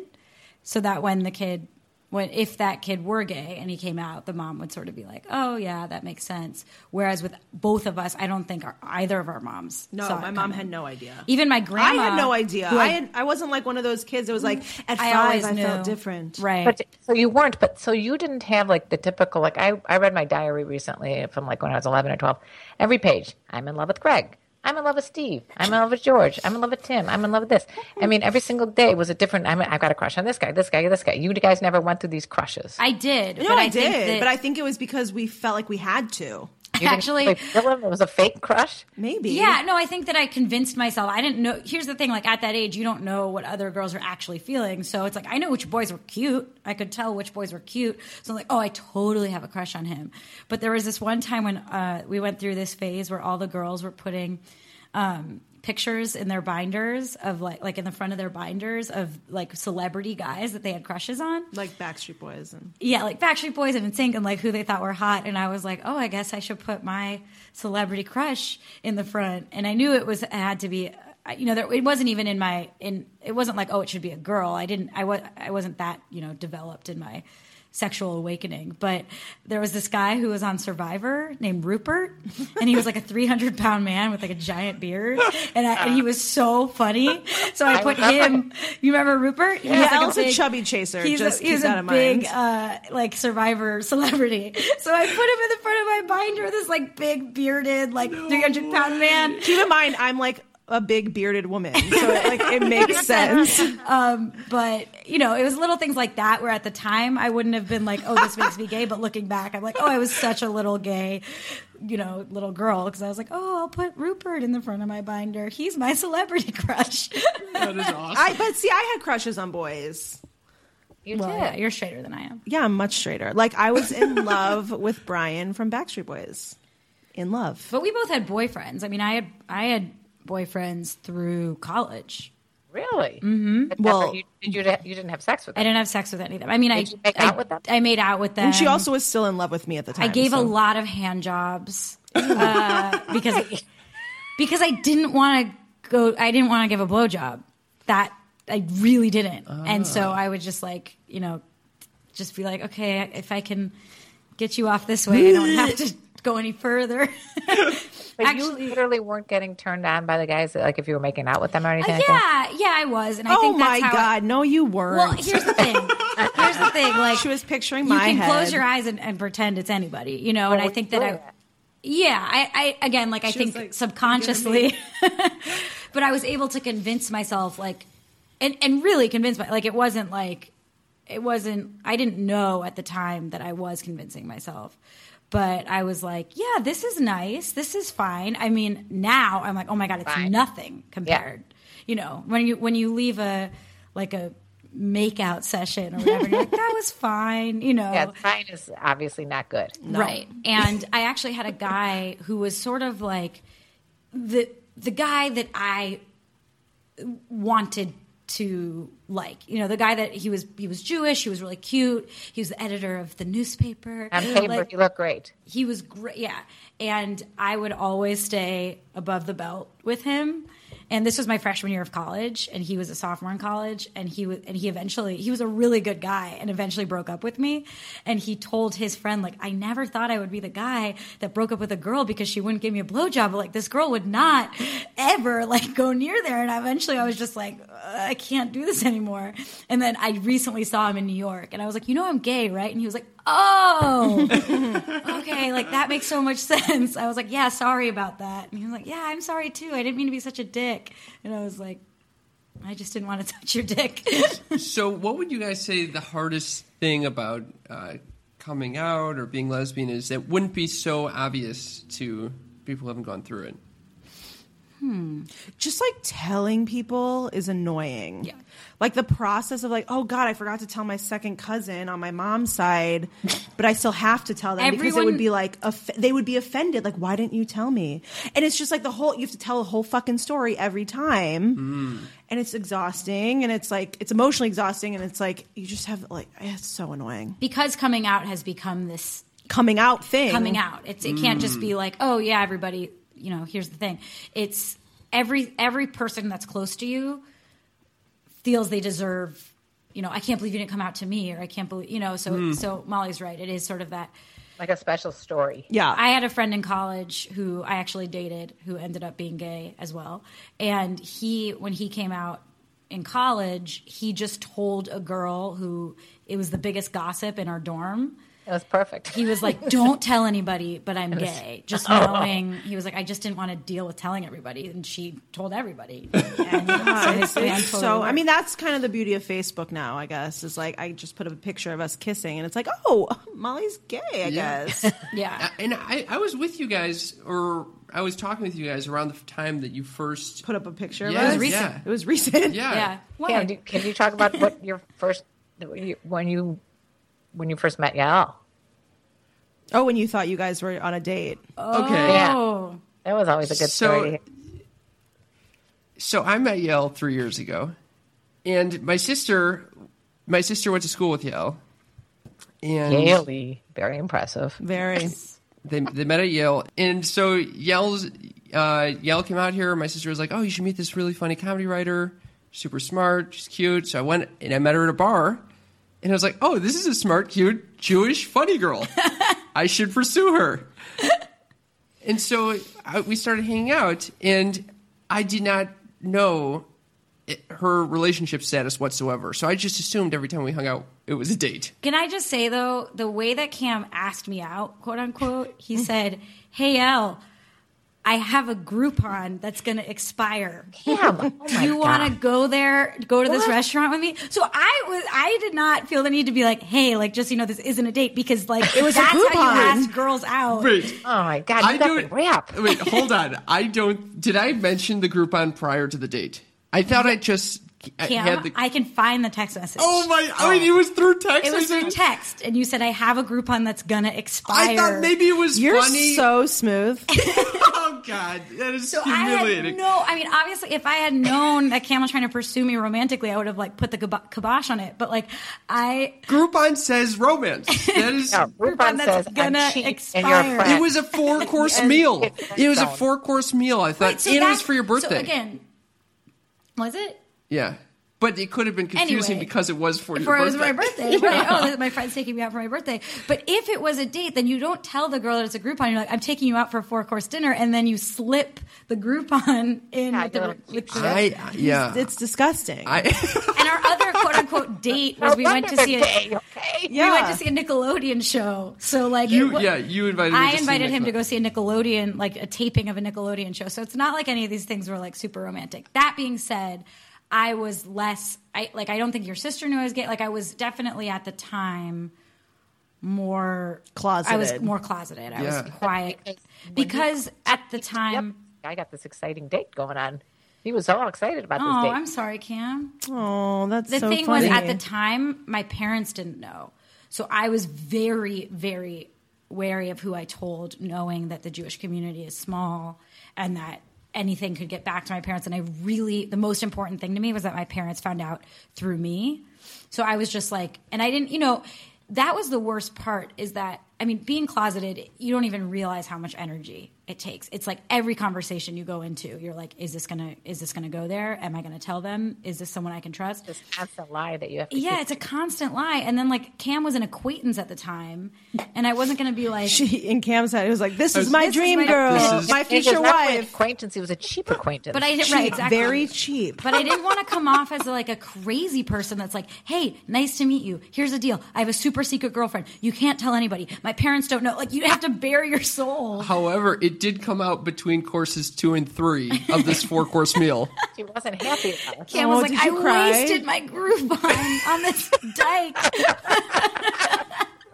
Speaker 2: so that when the kid when if that kid were gay and he came out, the mom would sort of be like, "Oh yeah, that makes sense." Whereas with both of us, I don't think our, either of our moms.
Speaker 4: No,
Speaker 2: saw it
Speaker 4: my mom
Speaker 2: coming.
Speaker 4: had no idea.
Speaker 2: Even my
Speaker 4: I
Speaker 2: grandma.
Speaker 4: had no idea.
Speaker 2: who Mm-hmm.
Speaker 4: I had, I wasn't like one of those kids. that was like at
Speaker 2: I
Speaker 4: five
Speaker 2: always
Speaker 4: I
Speaker 2: knew.
Speaker 4: felt different.
Speaker 2: Right.
Speaker 3: But so you weren't, but so you didn't have like the typical like I, I read my diary recently from like when I was eleven or twelve. Every page, I'm in love with Greg. I'm in love with Steve. I'm in love with George. I'm in love with Tim. I'm in love with this. I mean, every single day was a different. I mean, I've got a crush on this guy, this guy, this guy. You guys never went through these crushes.
Speaker 2: I did.
Speaker 4: No,
Speaker 2: but
Speaker 4: I,
Speaker 2: I
Speaker 4: did,
Speaker 2: think that-
Speaker 4: but I think it was because we felt like we had to.
Speaker 3: You didn't
Speaker 2: actually-
Speaker 3: really feel him? it was a fake crush.
Speaker 4: Maybe.
Speaker 2: Yeah, no, I think that I convinced myself. I didn't know. Here's the thing: like at that age, you don't know what other girls are actually feeling. So it's like I know which boys were cute. I could tell which boys were cute. So I'm like, oh, I totally have a crush on him. But there was this one time when uh, we went through this phase where all the girls were putting um, pictures in their binders of like, like in the front of their binders of like celebrity guys that they had crushes on.
Speaker 4: Like Backstreet Boys and
Speaker 2: Yeah, like Backstreet Boys and NSYNC and like who they thought were hot. And I was like, oh, I guess I should put my celebrity crush in the front. And I knew it was it had to be, I- you know, there, it wasn't even in my in. It wasn't like oh, it should be a girl. I didn't. I was I wasn't that you know developed in my sexual awakening. But there was this guy who was on Survivor named Rupert, and he was like a 300 pound man with like a giant beard, and, I, and he was so funny. So I put him. You remember Rupert? He was,
Speaker 4: Yeah,
Speaker 2: like,
Speaker 4: Al's a
Speaker 2: big-
Speaker 4: chubby chaser,
Speaker 2: He's
Speaker 4: just
Speaker 2: a, he's
Speaker 4: keep that
Speaker 2: a
Speaker 4: in
Speaker 2: big
Speaker 4: mind.
Speaker 2: uh, like Survivor celebrity. So I put him in the front of my binder. This like big bearded like 300 pound man.
Speaker 4: Keep in mind, I'm like a big bearded woman, so like it makes sense.
Speaker 2: but you know, it was little things like that where at the time I wouldn't have been like, "Oh, this makes me gay," but looking back, I'm like, "Oh, I was such a little gay, you know, little girl," because I was like, "Oh, I'll put Rupert in the front of my binder. He's my celebrity crush."
Speaker 5: That is awesome.
Speaker 4: I but see, I had crushes on boys.
Speaker 3: You
Speaker 2: well,
Speaker 3: did.
Speaker 2: yeah, you're straighter than I am.
Speaker 4: Yeah, I'm much straighter. Like I was in love with Brian from Backstreet Boys. In love.
Speaker 2: But we both had boyfriends. I mean, I had I had boyfriends through college.
Speaker 3: Really? Mm-hmm.
Speaker 4: Well-
Speaker 3: Well, you, did you, you didn't have sex with
Speaker 2: I
Speaker 3: them.
Speaker 2: didn't have sex with any of them. I mean, I
Speaker 3: Did you make
Speaker 2: I,
Speaker 3: out with them?
Speaker 2: I made out with them.
Speaker 4: And she also was still in love with me at the time.
Speaker 2: I gave a
Speaker 4: so-
Speaker 2: lot of hand jobs uh, because because I didn't want to go. I didn't want to give a blowjob. That I really didn't, and so
Speaker 4: Ah.
Speaker 2: I would just like you know, just be like, okay, if I can get you off this way, I don't have to go any further.
Speaker 3: But
Speaker 2: Actually-
Speaker 3: you literally weren't getting turned on by the guys, that, like if you were making out with them or anything. Like that?
Speaker 2: yeah, yeah, I was, and I
Speaker 4: Oh
Speaker 2: think that's
Speaker 4: my
Speaker 2: how I-
Speaker 4: god, no, you weren't.
Speaker 2: well, here's the thing. Here's the thing. Like
Speaker 4: she was picturing
Speaker 2: you
Speaker 4: my
Speaker 2: can
Speaker 4: head.
Speaker 2: close your eyes and, and pretend it's anybody, you know.
Speaker 4: Oh,
Speaker 2: and I
Speaker 3: we
Speaker 2: think that I,
Speaker 3: were.
Speaker 2: yeah, I, I again, like I
Speaker 4: was
Speaker 2: think
Speaker 4: like,
Speaker 2: subconsciously, but I was able to convince myself, like, and and really convince my, like, it wasn't like, it wasn't. I didn't know at the time that I was convincing myself. But I was like, yeah, this is nice. This is fine. I mean, now I'm like, oh my god, it's
Speaker 3: Fine.
Speaker 2: nothing compared. You know, when you when you leave a like a makeout session or whatever, you're like, that was fine. You know,
Speaker 3: Yeah, mine is obviously not good.
Speaker 2: Right. And I actually had a guy who was sort of like the the guy that I wanted to like. You know, the guy that he was he was Jewish, he was really cute. He was the editor of the newspaper.
Speaker 3: On paper,
Speaker 2: Like,
Speaker 3: you look great.
Speaker 2: he was great. Yeah. And I would always stay above the belt with him. And this was my freshman year of college, and he was a sophomore in college, and he was, and he eventually, he was a really good guy, and eventually broke up with me. And he told his friend, like, I never thought I would be the guy that broke up with a girl because she wouldn't give me a blowjob. But, Like, this girl would not ever like go near there. And eventually, I was just like, "Ugh, I can't do this anymore. And then I recently saw him in New York, and I was like, you know, I'm gay, right? And he was like, oh okay, like that makes so much sense. I was like, yeah, sorry about that. And he was like, yeah, I'm sorry too. I didn't mean to be such a dick. And I was like, I just didn't want to touch your dick.
Speaker 1: So, what would you guys say the hardest thing about uh, coming out or being lesbian is that wouldn't be so obvious to people who haven't gone through it?
Speaker 4: just like telling people is annoying. Yeah. Like the process of like, oh God, I forgot to tell my second cousin on my mom's side, but I still have to tell them because it
Speaker 2: Everyone-
Speaker 4: would be like off- they would be offended. Like, why didn't you tell me? And it's just like the whole you have to tell the whole fucking story every time,
Speaker 2: Mm-hmm.
Speaker 4: and it's exhausting, and it's like it's emotionally exhausting, and it's like you just have like it's so annoying
Speaker 2: because coming out has become this
Speaker 4: coming out thing.
Speaker 2: coming out. It's, it can't just be like, oh yeah, everybody, you know, here's the thing. It's every every person that's close to you feels they deserve, you know, I can't believe you didn't come out to me or I can't believe, you know, so so Molly's right. It is sort of that
Speaker 3: Like a special story.
Speaker 4: Yeah,
Speaker 2: I had a friend in college who I actually dated who ended up being gay as well. And he, when he came out in college, he just told a girl who it was the biggest gossip in our dorm.
Speaker 3: It was perfect.
Speaker 2: He was like, "Don't tell anybody, but I'm gay." Just
Speaker 4: Oh.
Speaker 2: knowing, he was like, "I just didn't want to deal with telling everybody," and she told everybody. And so his plan
Speaker 4: It's
Speaker 2: totally
Speaker 4: so I
Speaker 2: worked.
Speaker 4: mean that's kind of the beauty of Facebook now, I guess. Is like I just put up a picture of us kissing and it's like, "Oh, Molly's gay," I
Speaker 1: Yeah.
Speaker 4: guess.
Speaker 2: yeah,
Speaker 1: And I, I was with you guys, or I was talking with you guys around the time that you first.
Speaker 4: put up a picture
Speaker 1: Yeah,
Speaker 4: of us.
Speaker 1: it was recent.
Speaker 4: It was recent.
Speaker 1: Yeah.
Speaker 2: yeah. Why?
Speaker 3: Can you, can you talk about what your first when you when you first met Yael?
Speaker 4: Oh, when you thought you guys were on a date.
Speaker 1: Okay.
Speaker 3: Yeah.
Speaker 2: Oh,
Speaker 3: That was always a good
Speaker 1: So-
Speaker 3: story. to hear.
Speaker 1: So I met Yale three years ago, and my sister, my sister went to school with Yale, and
Speaker 3: Yaley, very impressive.
Speaker 4: Very.
Speaker 1: they they met at Yale, and so Yale's uh, Yale came out here. My sister was like, "Oh, you should meet this really funny comedy writer. Super smart, she's cute." So I went and I met her at a bar, And I was like, oh, this is a smart, cute, Jewish funny girl. I should pursue her. and so I, we started hanging out, and I did not know it, her relationship status whatsoever. So I just assumed every time we hung out, it was a date.
Speaker 2: Can I just say though, the way that Cam asked me out, quote unquote, he said, "Hey L, I have a Groupon that's going to expire.
Speaker 3: Damn. Oh my
Speaker 2: you want to
Speaker 3: God.
Speaker 2: go there, go to this
Speaker 3: What?
Speaker 2: restaurant with me?" So I was, I did not feel the need to be like, "Hey, like just so you know, this isn't a date," because like it was
Speaker 4: a
Speaker 2: that's
Speaker 4: coupon.
Speaker 2: how you ask girls out.
Speaker 1: Wait,
Speaker 3: Oh my God. You
Speaker 1: I
Speaker 3: got
Speaker 1: don't.
Speaker 3: the rap.
Speaker 1: Wait, hold on. I don't. Did I mention the Groupon prior to the date? I thought I just I
Speaker 2: Cam,
Speaker 1: had the.
Speaker 2: I can find the text message.
Speaker 1: oh my! I mean, it was through text.
Speaker 2: It was
Speaker 1: I
Speaker 2: through
Speaker 1: said-
Speaker 2: text, and you said, "I have a Groupon that's gonna expire."
Speaker 1: I thought maybe it was
Speaker 4: You're
Speaker 1: funny.
Speaker 4: so smooth.
Speaker 1: oh God, that is
Speaker 2: So I
Speaker 1: humiliating.
Speaker 2: had no. I mean, obviously, if I had known that Cam was trying to pursue me romantically, I would have like put the kib- kibosh on it. But like, I
Speaker 1: Groupon says romance. That is.
Speaker 3: No, Groupon
Speaker 2: that's
Speaker 3: says
Speaker 2: gonna
Speaker 3: I'm cheap and
Speaker 2: expire.
Speaker 3: you're a friend.
Speaker 1: It was a four course meal. It was a four course meal. I thought,
Speaker 2: wait, so
Speaker 1: and it
Speaker 2: that-
Speaker 1: was for your birthday.
Speaker 2: So again, was it?
Speaker 1: yeah, but it could have been confusing
Speaker 2: Anyway.
Speaker 1: because it was for your
Speaker 2: For it was
Speaker 1: birthday.
Speaker 2: my birthday. right? Oh, my friend's taking me out for my birthday. But if it was a date, then you don't tell the girl that it's a Groupon. You're like, I'm taking you out for a four course dinner, and then you slip the Groupon in
Speaker 3: Yeah,
Speaker 2: with
Speaker 3: you
Speaker 2: the,
Speaker 3: little
Speaker 2: with the
Speaker 1: I yeah.
Speaker 4: It's disgusting.
Speaker 2: and our other quote unquote date was
Speaker 3: No
Speaker 2: we went to
Speaker 3: wonder
Speaker 2: see
Speaker 3: the
Speaker 2: a
Speaker 3: day, okay?
Speaker 4: Yeah.
Speaker 2: we went to see a Nickelodeon show. So like it
Speaker 1: you
Speaker 2: wa-
Speaker 1: yeah you invited. me
Speaker 2: I
Speaker 1: to see
Speaker 2: invited
Speaker 1: Nick
Speaker 2: him to
Speaker 1: Lo-
Speaker 2: go see a Nickelodeon, like a taping of a Nickelodeon show. So it's not like any of these things were like super romantic. That being said, I was less, I like, I don't think your sister knew I was gay. Like, I was definitely at the time more I was
Speaker 4: Closeted.
Speaker 2: more closeted. I
Speaker 1: Yeah.
Speaker 2: was quiet
Speaker 3: Because when you-
Speaker 2: because at the time.
Speaker 3: Yep. I got this exciting date going on. He was so excited about
Speaker 2: Oh,
Speaker 3: this date.
Speaker 2: I'm sorry, Cam.
Speaker 4: Oh, that's
Speaker 2: the
Speaker 4: so
Speaker 2: thing
Speaker 4: funny.
Speaker 2: was at the time my parents didn't know so i was very very wary of who i told knowing that the jewish community is small and that anything could get back to my parents and i really the most important thing to me was that my parents found out through me so i was just like and i didn't you know that was the worst part is that i mean being closeted you don't even realize how much energy it takes it's like every conversation you go into you're like is this gonna is this gonna go there am i gonna tell them is this someone i can trust
Speaker 3: This constant lie that you have to
Speaker 2: yeah, it's a constant lie. And then like Cam was an acquaintance at the time, and I wasn't gonna be like,
Speaker 4: she in Cam's head, it was like, "This is my
Speaker 2: This is
Speaker 4: dream
Speaker 2: my-
Speaker 4: girl,
Speaker 1: This is-
Speaker 4: my
Speaker 3: He was
Speaker 4: future
Speaker 3: not really an
Speaker 4: wife."
Speaker 3: acquaintance. He was a cheap acquaintance.
Speaker 2: but I didn't right
Speaker 4: Cheap,
Speaker 2: exactly
Speaker 4: very cheap.
Speaker 2: But I didn't want to come off as like a crazy person that's like, hey, nice to meet you. Here's the deal. I have a super secret girlfriend. You can't tell anybody. My parents don't know. Like you have to bare your
Speaker 1: Oh,
Speaker 2: soul.
Speaker 1: However, it did come out between courses two and three of this four course meal.
Speaker 3: She wasn't happy about it.
Speaker 2: Cam
Speaker 4: Oh,
Speaker 2: was like,
Speaker 4: did
Speaker 2: I
Speaker 4: you cry?"
Speaker 2: wasted my Groupon on this dike.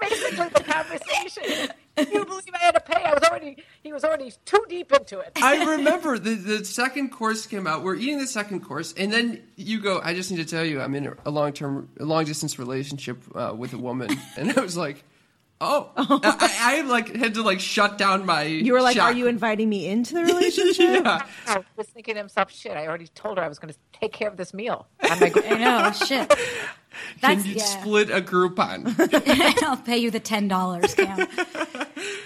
Speaker 3: Basically, the conversation. Can you believe I had to pay? I was already. He was already too deep into it.
Speaker 1: I remember the, the second course came out. We're eating the second course, and then you go. I just need to tell you, I'm in a long term, long distance relationship uh, with a woman, and I was like, oh, I, I, I like had to like shut down my.
Speaker 4: You were like, "Are you inviting me into the relationship?"
Speaker 1: yeah.
Speaker 3: I was thinking to himself, "Shit! I already told her I was going to take care of this meal." I'm like,
Speaker 2: I know, shit. That's
Speaker 1: Can you
Speaker 2: yeah.
Speaker 1: split a Groupon?
Speaker 2: I'll pay you the ten dollars, Cam.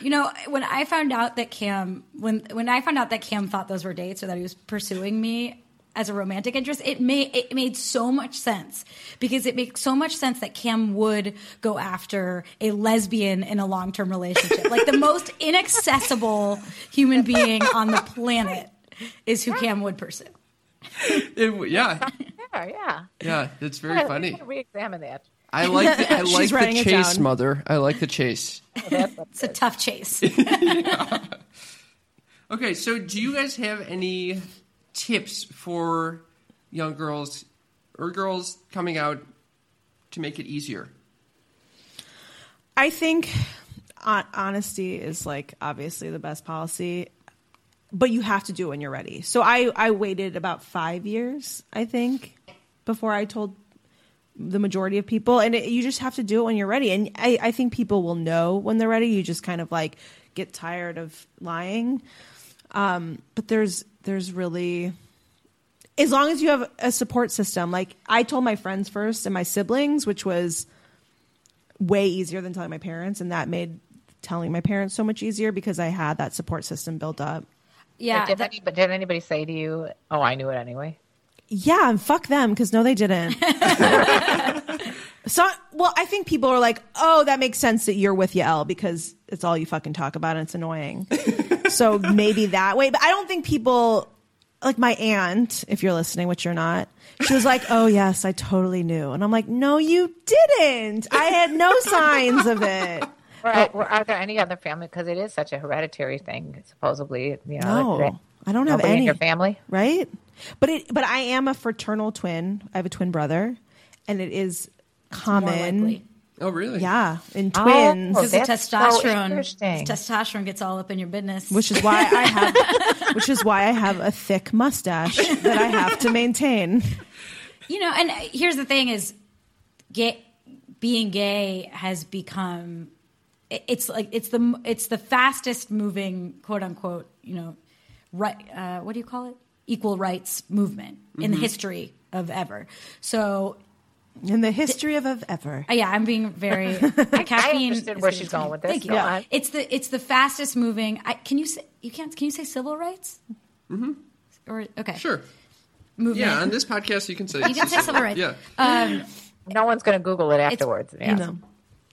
Speaker 2: you know, when I found out that Cam when when I found out that Cam thought those were dates or that he was pursuing me as a romantic interest, it made it made so much sense because it makes so much sense that Cam would go after a lesbian in a long term relationship, like the most inaccessible human being on the planet is who Cam would pursue.
Speaker 1: It- yeah,
Speaker 3: "Yeah, yeah."
Speaker 1: yeah, that's very funny.
Speaker 3: Re-examine that.
Speaker 1: I like the, I like
Speaker 4: She's writing
Speaker 1: the
Speaker 4: it
Speaker 1: chase,
Speaker 4: down.
Speaker 1: mother. I like the chase.
Speaker 2: It's a tough chase.
Speaker 1: Okay, so do you guys have any tips for young girls or girls coming out to make it easier?
Speaker 4: I think hon- honesty is like obviously the best policy, but you have to do it when you're ready. So I I waited about five years, I think, before I told the majority of people, and it, you just have to do it when you're ready. And I I think people will know when they're ready. You just kind of like get tired of lying, um, but there's there's really as long as you have a support system like i told my friends first and my siblings which was way easier than telling my parents and that made telling my parents so much easier because i had that support system built up
Speaker 2: Yeah,
Speaker 3: did,
Speaker 2: that-
Speaker 3: any, but did anybody say to you, "Oh, I knew it anyway"?
Speaker 4: yeah and fuck them because no they didn't So, well, I think people are like, oh, that makes sense that you're with Yael because it's all you fucking talk about and it's annoying. so maybe that way. But I don't think people, like my aunt, if you're listening, which you're not, she was like, oh, yes, I totally knew. And I'm like, no, you didn't. I had no signs of it.
Speaker 3: Right. Well, are there any other family? Because it is such a hereditary thing, supposedly. You know,
Speaker 4: No, Oh, I don't have
Speaker 3: nobody in
Speaker 4: any.
Speaker 3: your family.
Speaker 4: right? But it, but I am a fraternal twin. I have a twin brother, and it is
Speaker 2: More likely.
Speaker 4: common.
Speaker 1: Oh, really?
Speaker 4: Yeah, in twins.
Speaker 3: Oh,
Speaker 2: Because the
Speaker 3: That's so
Speaker 2: testosterone,
Speaker 3: interesting.
Speaker 2: testosterone gets all up in your business.
Speaker 4: which is why I have, which is why I have a thick mustache that I have to maintain.
Speaker 2: you know and uh, here's the thing is gay, being gay has become it- it's like it's the it's the fastest moving quote unquote you know right uh, what do you call it equal rights movement in
Speaker 3: Mm-hmm.
Speaker 2: the history of ever so
Speaker 4: In the history of, of ever,
Speaker 2: uh, yeah i'm being very uh,
Speaker 3: I
Speaker 2: caffeine
Speaker 3: understood
Speaker 2: is
Speaker 3: where
Speaker 2: good
Speaker 3: she's
Speaker 2: to me.
Speaker 3: going with this.
Speaker 2: thank you
Speaker 3: Go on.
Speaker 2: it's the it's the fastest moving I, can you say you can't can you say civil rights mm-hmm. or okay
Speaker 1: Sure.
Speaker 2: movement
Speaker 1: Yeah, on this podcast you can say
Speaker 2: you can say civil rights
Speaker 1: Yeah.
Speaker 3: No one's going to Google it afterwards. Yeah.
Speaker 4: you know.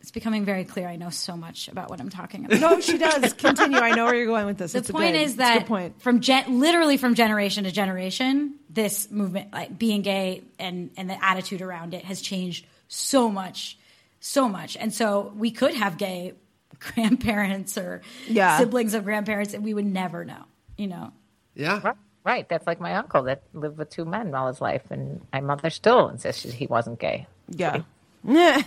Speaker 2: it's becoming very clear i know so much about what i'm talking about
Speaker 4: No, she does. Continue. I know where you're going with this.
Speaker 2: the
Speaker 4: It's a
Speaker 2: point
Speaker 4: good-
Speaker 2: is
Speaker 4: it's a good
Speaker 2: that
Speaker 4: point.
Speaker 2: from gen- literally from generation to generation, this movement, like being gay and and the attitude around it, has changed so much, so much, and so we could have gay grandparents or
Speaker 4: Yeah.
Speaker 2: siblings of grandparents, and we would never know, you know.
Speaker 1: Yeah.
Speaker 3: Right. Right. That's like my uncle that lived with two men all his life, and my mother still insists he wasn't gay.
Speaker 4: Yeah.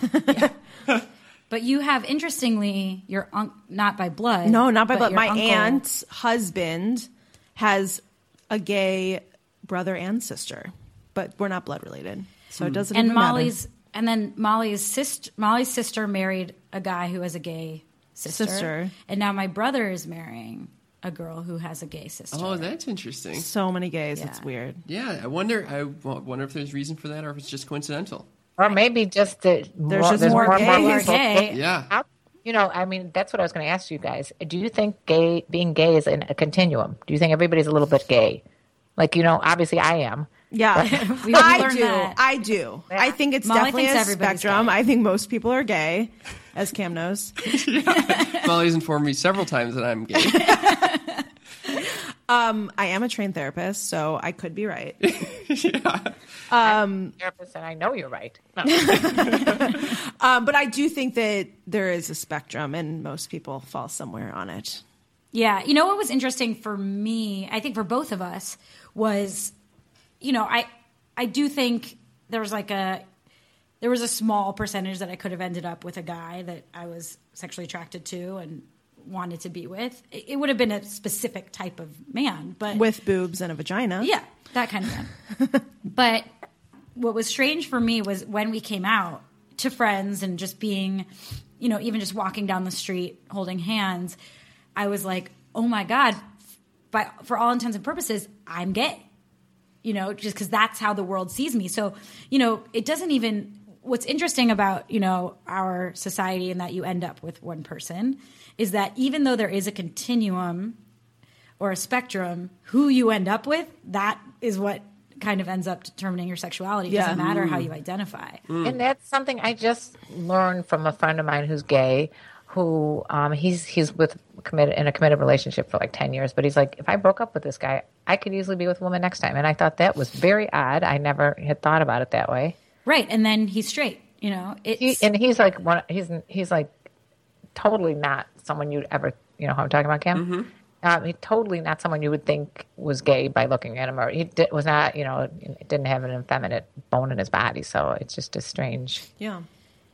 Speaker 2: But you have, interestingly, your unc not by blood.
Speaker 4: No, not by
Speaker 2: but
Speaker 4: blood.
Speaker 2: your
Speaker 4: My
Speaker 2: uncle-
Speaker 4: aunt's husband has a gay brother and sister, but we're not blood related, so it doesn't.
Speaker 2: and
Speaker 4: even matter.
Speaker 2: Molly's, and then Molly's sister, Molly's sister married a guy who has a gay sister,
Speaker 4: Sister.
Speaker 2: and now my brother is marrying a girl who has a gay sister.
Speaker 1: Oh, that's interesting.
Speaker 4: so many gays.
Speaker 2: Yeah.
Speaker 4: It's weird.
Speaker 1: Yeah, I wonder. I w- wonder if there's reason for that, or if it's just coincidental.
Speaker 3: Or maybe just the more,
Speaker 4: just
Speaker 3: there's
Speaker 4: more
Speaker 3: more,
Speaker 4: gays.
Speaker 2: People
Speaker 3: more
Speaker 2: are
Speaker 3: people.
Speaker 2: gay.
Speaker 1: Yeah.
Speaker 3: How- You know, I mean, that's what I was going to ask you guys. Do you think gay being gay is in a continuum? Do you think everybody's a little bit gay? Like, you know, obviously I am.
Speaker 4: Yeah,
Speaker 2: We
Speaker 4: I
Speaker 2: learned
Speaker 4: do.
Speaker 2: that.
Speaker 4: I do. I think it's
Speaker 2: Molly
Speaker 4: definitely
Speaker 2: thinks
Speaker 4: a
Speaker 2: everybody's
Speaker 4: spectrum.
Speaker 2: gay.
Speaker 4: I think most people are gay, as Cam knows.
Speaker 1: Molly's informed me several times that I'm gay.
Speaker 4: I am a trained therapist, so I could be right.
Speaker 3: Therapist, and I know you're right. No.
Speaker 4: um, but I do think that there is a spectrum, and most people fall somewhere on it.
Speaker 2: Yeah. You know what was interesting for me, I think for both of us, was, you know, I I do think there was like a there was a small percentage that I could have ended up with a guy that I was sexually attracted to and wanted to be with. It, it would have been a specific type of man, but
Speaker 4: With boobs and a vagina.
Speaker 2: Yeah, that kind of thing. but what was strange for me was when we came out to friends and just being, you know, even just walking down the street holding hands, I was like, oh my God, by, for all intents and purposes, I'm gay you know, just because that's how the world sees me. So, you know, it doesn't even. What's interesting about you know our society and that you end up with one person is that even though there is a continuum or a spectrum, who you end up with that is what kind of ends up determining your sexuality. It doesn't
Speaker 4: Yeah.
Speaker 2: matter how you identify.
Speaker 3: And that's something I just learned from a friend of mine who's gay, who um, he's he's with committed in a committed relationship for like ten years. But he's like, if I broke up with this guy, I could easily be with a woman next time. And I thought that was very odd. I never had thought about it that way.
Speaker 2: Right, and then he's straight. You know, it's
Speaker 3: He, and he's like one. He's he's like totally not someone you'd ever you know how I'm talking about, Cam. Um, he totally not someone you would think was gay by looking at him, or he did, was not. You know, didn't have an effeminate bone in his body, so it's just a strange.
Speaker 4: Yeah.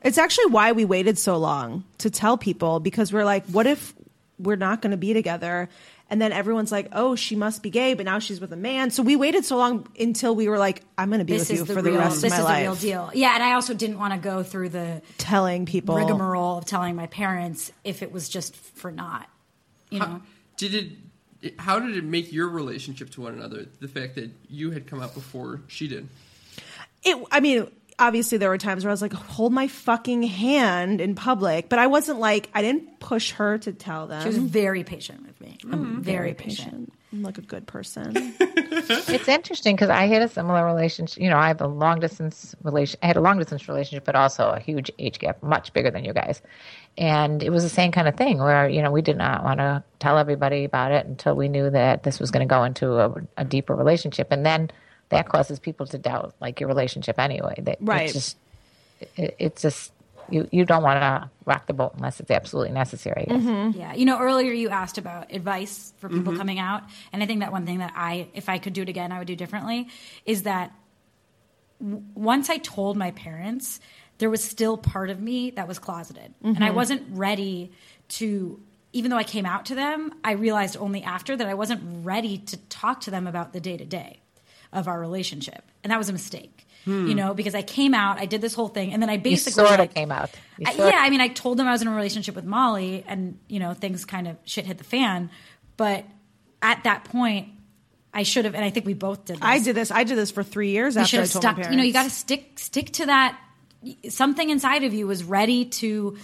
Speaker 4: It's actually why we waited so long to tell people because we're like, what if we're not going to be together? And then everyone's like, oh, she must be gay, but now she's with a man. So we waited so long until we were like, I'm going to be
Speaker 2: this
Speaker 4: with
Speaker 2: is
Speaker 4: you
Speaker 2: the
Speaker 4: for
Speaker 2: real
Speaker 4: the rest
Speaker 2: this
Speaker 4: of my
Speaker 2: is
Speaker 4: life.
Speaker 2: the real deal. Yeah, and I also didn't want to go through the
Speaker 4: Telling people.
Speaker 2: rigmarole of telling my parents if it was just for not, you know.
Speaker 1: Did it? it- How did it make your relationship to one another? The fact that you had come out before she did.
Speaker 4: it i mean obviously there were times where i was like hold my fucking hand in public but i wasn't like i didn't push her to tell them
Speaker 2: She was very patient with me. I'm very, patient.
Speaker 4: I'm like a good person
Speaker 3: it's interesting because I had a similar relationship. You know, I have a long distance relation. I had a long distance relationship, but also a huge age gap, much bigger than you guys. And it was the same kind of thing where you know we did not want to tell everybody about it until we knew that this was going to go into a, a deeper relationship, and then that causes people to doubt like your relationship anyway. That
Speaker 4: Right.
Speaker 3: It's just, it, it's just you you don't want to rock the boat unless it's absolutely necessary. I guess.
Speaker 2: Yeah. You know, earlier you asked about advice for people
Speaker 3: Mm-hmm.
Speaker 2: coming out. And I think that one thing that I, if I could do it again, I would do differently is that w- once I told my parents, there was still part of me that was closeted. And
Speaker 3: Mm-hmm.
Speaker 2: I wasn't ready to, even though I came out to them, I realized only after that I wasn't ready to talk to them about the day to day of our relationship. And that was a mistake. You know, because I came out, I did this whole thing, and then I
Speaker 3: Hmm. You
Speaker 2: basically
Speaker 3: sort of
Speaker 2: like,
Speaker 3: came out. You
Speaker 2: I,
Speaker 3: sorta-
Speaker 2: yeah, I mean, I told them I was in a relationship with Molly, and you know, things kind of shit hit the fan. But at that point, I should have, and I think we both did. This.
Speaker 4: I did this. I did this for three years
Speaker 2: We
Speaker 4: after
Speaker 2: should
Speaker 4: I
Speaker 2: have
Speaker 4: told
Speaker 2: stuck.
Speaker 4: my
Speaker 2: You know, you got to
Speaker 4: parents.
Speaker 2: stick stick to that. Something inside of you was ready to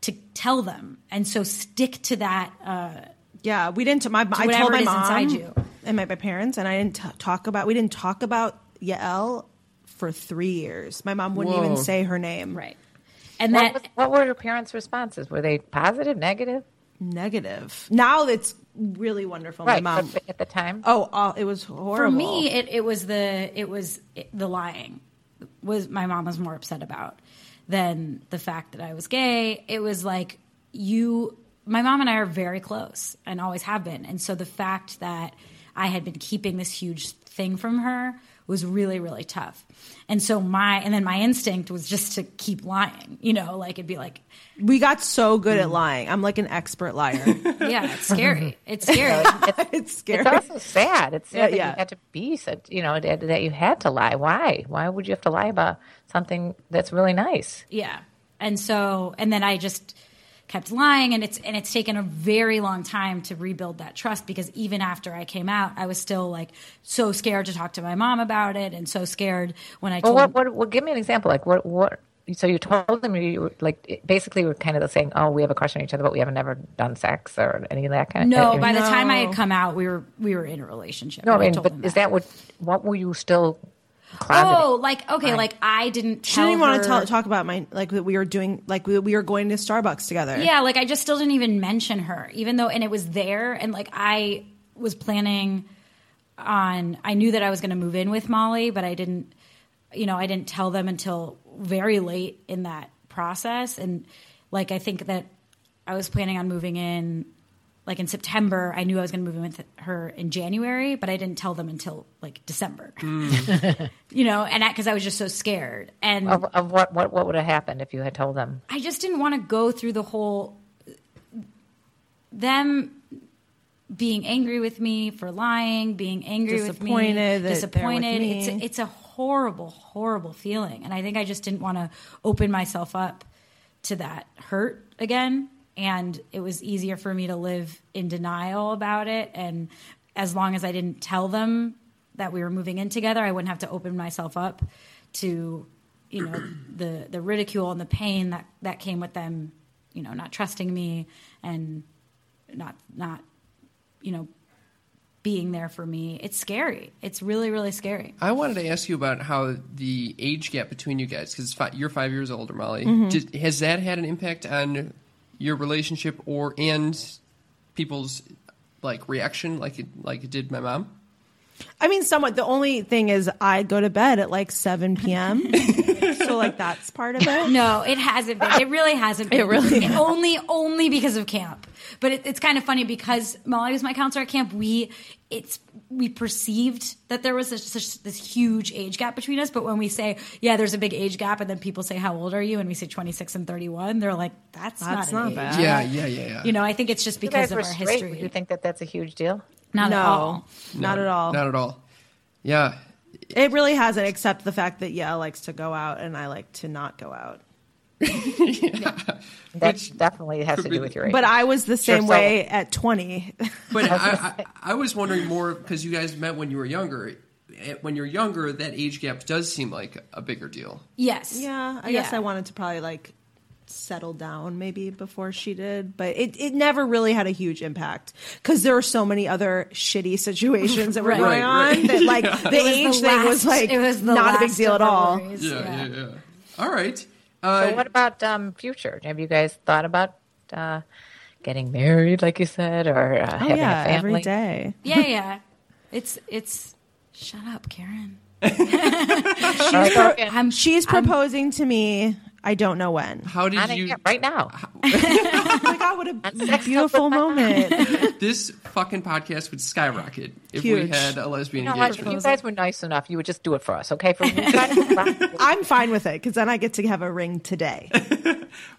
Speaker 2: to tell them, and so stick to that. Uh,
Speaker 4: Yeah, we didn't. My I
Speaker 2: whatever
Speaker 4: told my
Speaker 2: it is
Speaker 4: mom
Speaker 2: inside you.
Speaker 4: and my, my parents, and I didn't t- talk about. We didn't talk about Yael for three years. My mom wouldn't even
Speaker 1: Whoa.
Speaker 4: say her name.
Speaker 2: right, and
Speaker 3: What,
Speaker 2: that
Speaker 3: was, what were your parents' responses? Were they positive, negative?
Speaker 4: Negative. Now it's really wonderful.
Speaker 3: Right.
Speaker 4: My mom.
Speaker 3: but At the time,
Speaker 4: Oh, all, it was horrible.
Speaker 2: for me it, it was the it was it, the lying was my mom was more upset about than the fact that i was gay it was like you my mom and i are very close and always have been and so the fact that i had been keeping this huge thing from her was really really tough and so my and then my instinct was just to keep lying you know like it'd be like
Speaker 4: we got so good at lying. I'm like an expert liar.
Speaker 2: yeah it's scary it's scary
Speaker 4: it's scary.
Speaker 3: it's also sad. It's sad that
Speaker 4: yeah.
Speaker 3: you had to be such, you know, that, that you had to lie. Why? Why would you have to lie about something that's really nice?
Speaker 2: Yeah. And so and then I just kept lying and it's and it's taken a very long time to rebuild that trust because even after I came out, I was still like so scared to talk to my mom about it and so scared when I
Speaker 3: Well,
Speaker 2: told
Speaker 3: what, what, what, give me an example. Like, what, what, so you told them you were like, it- basically, we're kind of saying, oh, we have a crush on each other, but we haven't ever done sex or any of that kind
Speaker 2: No,
Speaker 3: of
Speaker 2: by the time I
Speaker 4: No.
Speaker 2: had come out, we were we were in a relationship.
Speaker 3: No,
Speaker 2: and
Speaker 3: I mean,
Speaker 2: told
Speaker 3: but
Speaker 2: them
Speaker 3: is that what, what were you still closeted?
Speaker 2: Oh, like okay, like I didn't
Speaker 4: she
Speaker 2: tell
Speaker 4: didn't even want
Speaker 2: her-
Speaker 4: to tell, talk about my like that we were doing like we, we were going to Starbucks together.
Speaker 2: Yeah, like I just still didn't even mention her, even though, and it was there, and like I was planning on, I knew that I was going to move in with Molly, but I didn't, you know, I didn't tell them until very late in that process, and like I think that I was planning on moving in. Like in September, I knew I was going to move in with her in January, but I didn't tell them until like December, you know, and because I was just so scared. And
Speaker 3: Of, of what, what, what would have happened if you had told them?
Speaker 2: I just didn't want to go through the whole them being angry with me for lying, being angry
Speaker 4: Disappointed that
Speaker 2: with me,
Speaker 4: they're with
Speaker 2: disappointed.
Speaker 4: me.
Speaker 2: It's it's a horrible, horrible feeling, and I think I just didn't want to open myself up to that hurt again. And it was easier for me to live in denial about it, and as long as I didn't tell them that we were moving in together, I wouldn't have to open myself up to you know the the ridicule and the pain that that came with them, you know, not trusting me and not not you know being there for me it's scary it's really really scary
Speaker 1: I wanted to ask you about how the age gap between you guys, because fi- you're five years older, Molly. Did, has that had an impact on your relationship or and people's like reaction, like it like it did my mom?
Speaker 4: I mean, somewhat. The only thing is, I go to bed at like 7 p.m. so, like, that's part of it.
Speaker 2: no it hasn't been it really hasn't been it
Speaker 4: really-
Speaker 2: only only because of camp but it, it's kind of funny because molly was my counselor at camp we it's we perceived that there was this, such, this huge age gap between us but when we say yeah there's a big age gap and then people say how old are you and we say 26 and 31 they're like that's,
Speaker 4: That's
Speaker 2: not,
Speaker 4: not
Speaker 2: an age.
Speaker 4: bad.
Speaker 1: Yeah, yeah, yeah, yeah.
Speaker 2: you know i think it's just
Speaker 3: You guys
Speaker 2: because of
Speaker 3: were
Speaker 2: our
Speaker 3: straight.
Speaker 2: history
Speaker 3: Would you think that that's a huge deal?
Speaker 2: not at
Speaker 4: No,
Speaker 2: all
Speaker 4: not at all.
Speaker 1: Not at all. Yeah.
Speaker 4: It really hasn't, except the fact that yeah, likes to go out and I like to not go out.
Speaker 3: That
Speaker 1: Which
Speaker 3: definitely has to
Speaker 1: be-
Speaker 3: do with your age.
Speaker 4: But I was the same
Speaker 3: so-
Speaker 4: way at 20.
Speaker 1: But I, I, I was wondering more because you guys met when you were younger. Eh, When you're younger, that age gap does seem like a bigger deal.
Speaker 2: yes
Speaker 4: yeah, I guess I wanted to probably like settled down maybe before she did, but it, it never really had a huge impact because there were so many other shitty situations that were
Speaker 2: Right.
Speaker 4: going on
Speaker 1: Right, right.
Speaker 4: that like the
Speaker 2: was the
Speaker 4: age thing
Speaker 2: last-
Speaker 4: was like
Speaker 2: it was the
Speaker 4: not a big
Speaker 2: last
Speaker 4: deal
Speaker 2: of
Speaker 4: at
Speaker 2: her
Speaker 4: all.
Speaker 2: worries.
Speaker 1: yeah, yeah, yeah. All right.
Speaker 3: So
Speaker 1: Uh,
Speaker 3: what about um, future? Have you guys thought about uh, getting married, like you said, or uh, having a family?
Speaker 4: Oh, every day.
Speaker 2: Yeah, yeah. It's it's. Shut up, Karen.
Speaker 3: Or working
Speaker 2: I'm.
Speaker 4: She's proposing to me. I don't know when.
Speaker 1: how did
Speaker 3: on it
Speaker 1: you?
Speaker 3: yeah, right now.
Speaker 4: Oh my god, what a
Speaker 3: Sex
Speaker 4: beautiful
Speaker 3: up with my-
Speaker 4: moment!
Speaker 1: This fucking podcast would skyrocket if we
Speaker 4: Huge.
Speaker 1: had a lesbian
Speaker 3: You know what? If
Speaker 1: engagement.
Speaker 3: you guys were nice enough, you would just do it for us, okay? For wait,
Speaker 4: I'm fine with it because then I get to have a ring today.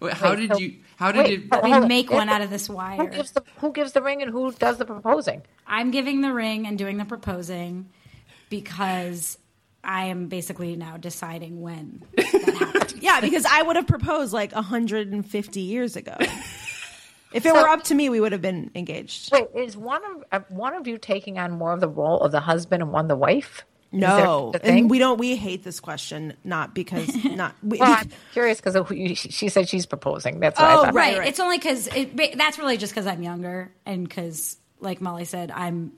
Speaker 1: Wait, how
Speaker 3: wait,
Speaker 1: did
Speaker 3: so-
Speaker 1: you? How did it?
Speaker 3: but
Speaker 2: We
Speaker 3: hold on.
Speaker 2: make one out of this wire.
Speaker 3: Who gives the Who gives the ring and who does the proposing?
Speaker 2: I'm giving the ring and doing the proposing because I am basically now deciding when.
Speaker 4: Yeah, because I would have proposed like 150 years ago. If it were up to me, we would have been engaged.
Speaker 3: Wait, is one of uh, one of you taking on more of the role of the husband and one the wife? Is there
Speaker 4: No,
Speaker 3: such a
Speaker 4: and
Speaker 3: thing?
Speaker 4: we don't. We hate this question, not because not. We,
Speaker 3: Well, I'm curious because she said she's proposing. That's why I
Speaker 4: Oh,
Speaker 3: thought.
Speaker 2: right.
Speaker 4: right.
Speaker 2: It's only because it, ba- that's really just because I'm younger and because, like Molly said, I'm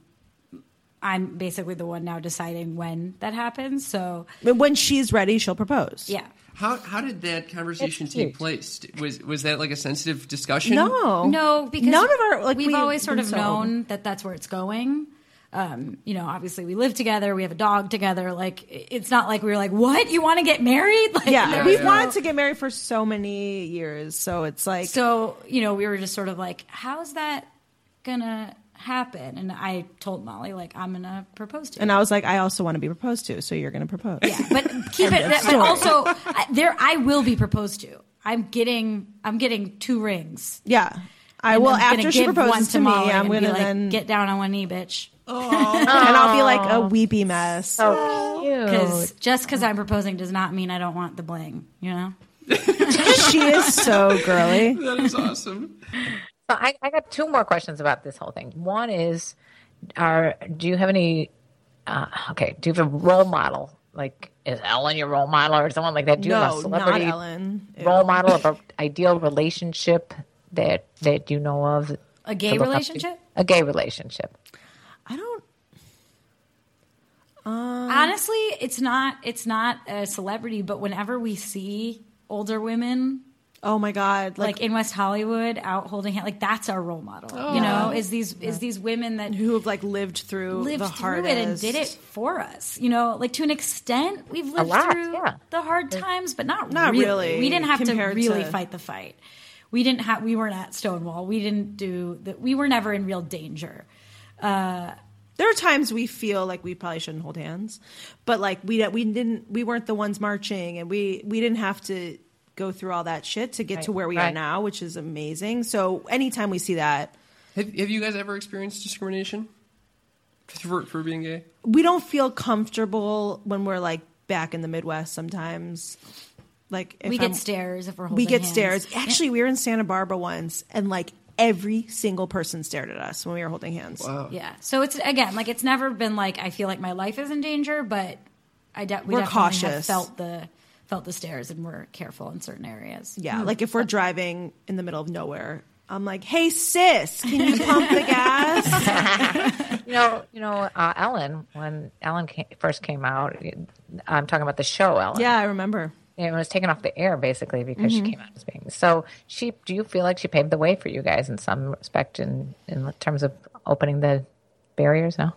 Speaker 2: I'm basically the one now deciding when that happens. So
Speaker 4: when she's ready, she'll propose.
Speaker 2: yeah,
Speaker 1: How how did that conversation
Speaker 3: It's
Speaker 1: take
Speaker 3: huge.
Speaker 1: place? Was was that like a sensitive discussion?
Speaker 4: No,
Speaker 2: no, because
Speaker 4: Oh. none of our like
Speaker 2: we've
Speaker 4: we-
Speaker 2: always sort
Speaker 4: been
Speaker 2: of
Speaker 4: so open.
Speaker 2: known that that's where it's going. Um, you know, obviously we live together, we have a dog together. Like i- it's not like we were like, what you want to get married? Like,
Speaker 4: Yeah,
Speaker 2: there
Speaker 4: we've
Speaker 2: was no-
Speaker 4: wanted to get married for so many years, so it's like
Speaker 2: So, you know, we were just sort of like, how's that gonna happen? And I told Molly, like, I'm gonna propose to you.
Speaker 4: And I was like, I also want to be proposed to, so you're going to propose.
Speaker 2: yeah, but keep it. But also, I- there, I will be proposed to. I'm getting, I'm getting two rings.
Speaker 4: Yeah. I will,
Speaker 2: I'm gonna
Speaker 4: after she
Speaker 2: give one
Speaker 4: proposes to me,
Speaker 2: Molly
Speaker 4: I'm
Speaker 2: and be
Speaker 4: going to
Speaker 2: like,
Speaker 4: then,
Speaker 2: get down on one knee, bitch.
Speaker 4: and I'll be like a weepy mess.
Speaker 3: So
Speaker 2: Because
Speaker 3: Oh, cute.
Speaker 2: just because I'm proposing does not mean I don't want the bling. You know.
Speaker 4: she is so girly.
Speaker 1: that is awesome.
Speaker 3: So I, I got two more questions about this whole thing. One is, are do you have any? Uh, okay, do you have a role model? Like, is Ellen your role model, or someone like that? Do you have
Speaker 4: No,
Speaker 3: a
Speaker 4: not
Speaker 3: celebrity
Speaker 4: Ellen. Ew.
Speaker 3: role model of an ideal relationship that that you know of?
Speaker 2: A
Speaker 3: to
Speaker 2: gay
Speaker 3: look up to?
Speaker 2: relationship?
Speaker 3: A gay relationship.
Speaker 4: I don't. Uh-huh.
Speaker 2: Honestly, it's not. It's not a celebrity. But whenever we see older women
Speaker 4: Oh my God. Like,
Speaker 2: like in West Hollywood out holding hand like that's our role model you know is these is these women that
Speaker 4: Oh. who have like lived through
Speaker 2: lived
Speaker 4: the
Speaker 2: through
Speaker 4: hardest.
Speaker 2: it and did it for us you know like to an extent we've lived
Speaker 3: lot,
Speaker 2: through
Speaker 3: yeah.
Speaker 2: the hard times but not,
Speaker 4: Not
Speaker 2: really.
Speaker 4: really,
Speaker 2: we didn't have to
Speaker 4: compared
Speaker 2: really
Speaker 4: to-
Speaker 2: fight the fight we didn't have we weren't at Stonewall we didn't do that we were never in real danger
Speaker 4: There are times we feel like we probably shouldn't hold hands, but like we don't- we didn't we weren't the ones marching, and we we didn't have to go through all that shit to get to
Speaker 3: Right,
Speaker 4: where we are
Speaker 3: right.
Speaker 4: now, which is amazing. So anytime we see that,
Speaker 1: Have Have you guys ever experienced discrimination for for being gay?
Speaker 4: we don't feel comfortable when we're like back in the Midwest sometimes. Like if
Speaker 2: we get
Speaker 4: I'm-
Speaker 2: stares if we're holding
Speaker 4: we get
Speaker 2: hands.
Speaker 4: stares. Actually, we were in Santa Barbara once, and like every single person stared at us when we were holding hands.
Speaker 2: yeah so it's again like it's never been like I feel like my life is in danger but I de- we definitely
Speaker 4: We're
Speaker 2: have
Speaker 4: cautious.
Speaker 2: felt the felt the stares and we're careful in certain areas
Speaker 4: Yeah, like if we're driving in the middle of nowhere, I'm like, "Hey sis, can you pump the gas?"
Speaker 3: You know, you know, uh, Ellen. When Ellen came, first came out, I'm talking about the show, Ellen.
Speaker 4: yeah, I remember.
Speaker 3: it was taken off the air basically because
Speaker 2: Mm-hmm.
Speaker 3: she came out as being so she do you feel like she paved the way for you guys in some respect in in terms of opening the barriers now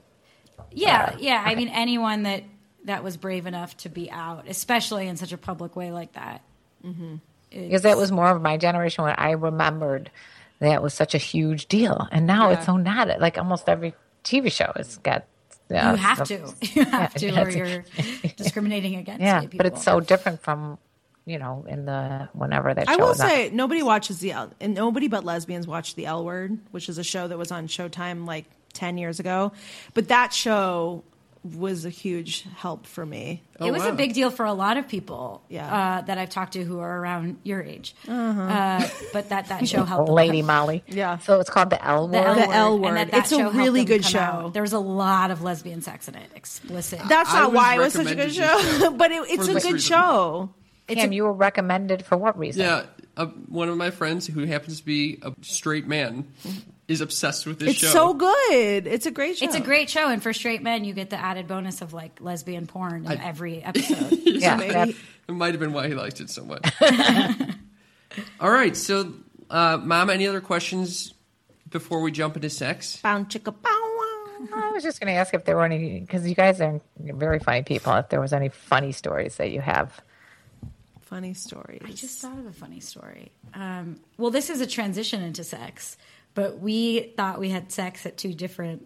Speaker 2: Yeah, yeah. I mean, anyone that that was brave enough to be out, especially in such a public way like that.
Speaker 3: because that was more of my generation when i remembered that was such a huge deal and now it's so not like almost every tv show has got uh,
Speaker 2: You have to, you have to, or you're discriminating against.
Speaker 3: yeah
Speaker 2: gay people.
Speaker 3: but it's so different from you know in the whenever that show
Speaker 4: I will
Speaker 3: was on.
Speaker 4: say nobody watches the L, and nobody but lesbians watch the L Word, which is a show that was on Showtime like ten years ago. But that show was a huge help for me.
Speaker 2: it was
Speaker 1: wow.
Speaker 2: a big deal for a lot of people
Speaker 4: Yeah. Uh-huh.
Speaker 2: uh, that I've talked to who are around your age. Uh, but that that show helped. them
Speaker 3: lady
Speaker 2: come-
Speaker 3: molly
Speaker 4: Yeah.
Speaker 3: so it's called the l
Speaker 2: The L,
Speaker 3: word
Speaker 4: The
Speaker 2: word,
Speaker 4: L
Speaker 2: and
Speaker 4: Word.
Speaker 2: that that
Speaker 4: It's a
Speaker 2: show helped
Speaker 4: really
Speaker 2: them
Speaker 4: good
Speaker 2: come
Speaker 4: show.
Speaker 2: out. There was a lot of lesbian sex in it, explicit.
Speaker 4: That's
Speaker 1: I
Speaker 4: not
Speaker 1: was
Speaker 4: why it was such a good
Speaker 1: recommended
Speaker 4: show, but it, it's
Speaker 1: for
Speaker 4: a
Speaker 1: this
Speaker 4: good
Speaker 1: reason.
Speaker 4: show.
Speaker 3: Cam, you were recommended for what reason
Speaker 1: Yeah, a, one of my friends who happens to be a straight man is obsessed with this
Speaker 4: It's
Speaker 1: show.
Speaker 4: so good. It's a great show.
Speaker 2: It's a great show, and for straight men, you get the added bonus of like lesbian porn in every episode.
Speaker 3: yeah,
Speaker 4: maybe-
Speaker 3: that-
Speaker 1: It might have been why he liked it so much. All right, so uh, mom, any other questions before we jump into sex?
Speaker 4: Bow, chicka, bow, wow.
Speaker 3: I was just going to ask if there were any because you guys are very funny people. If there was any funny stories that you have,
Speaker 4: Funny stories.
Speaker 2: I just thought of a funny story. Um, well, this is a transition into sex, but we thought we had sex at two different.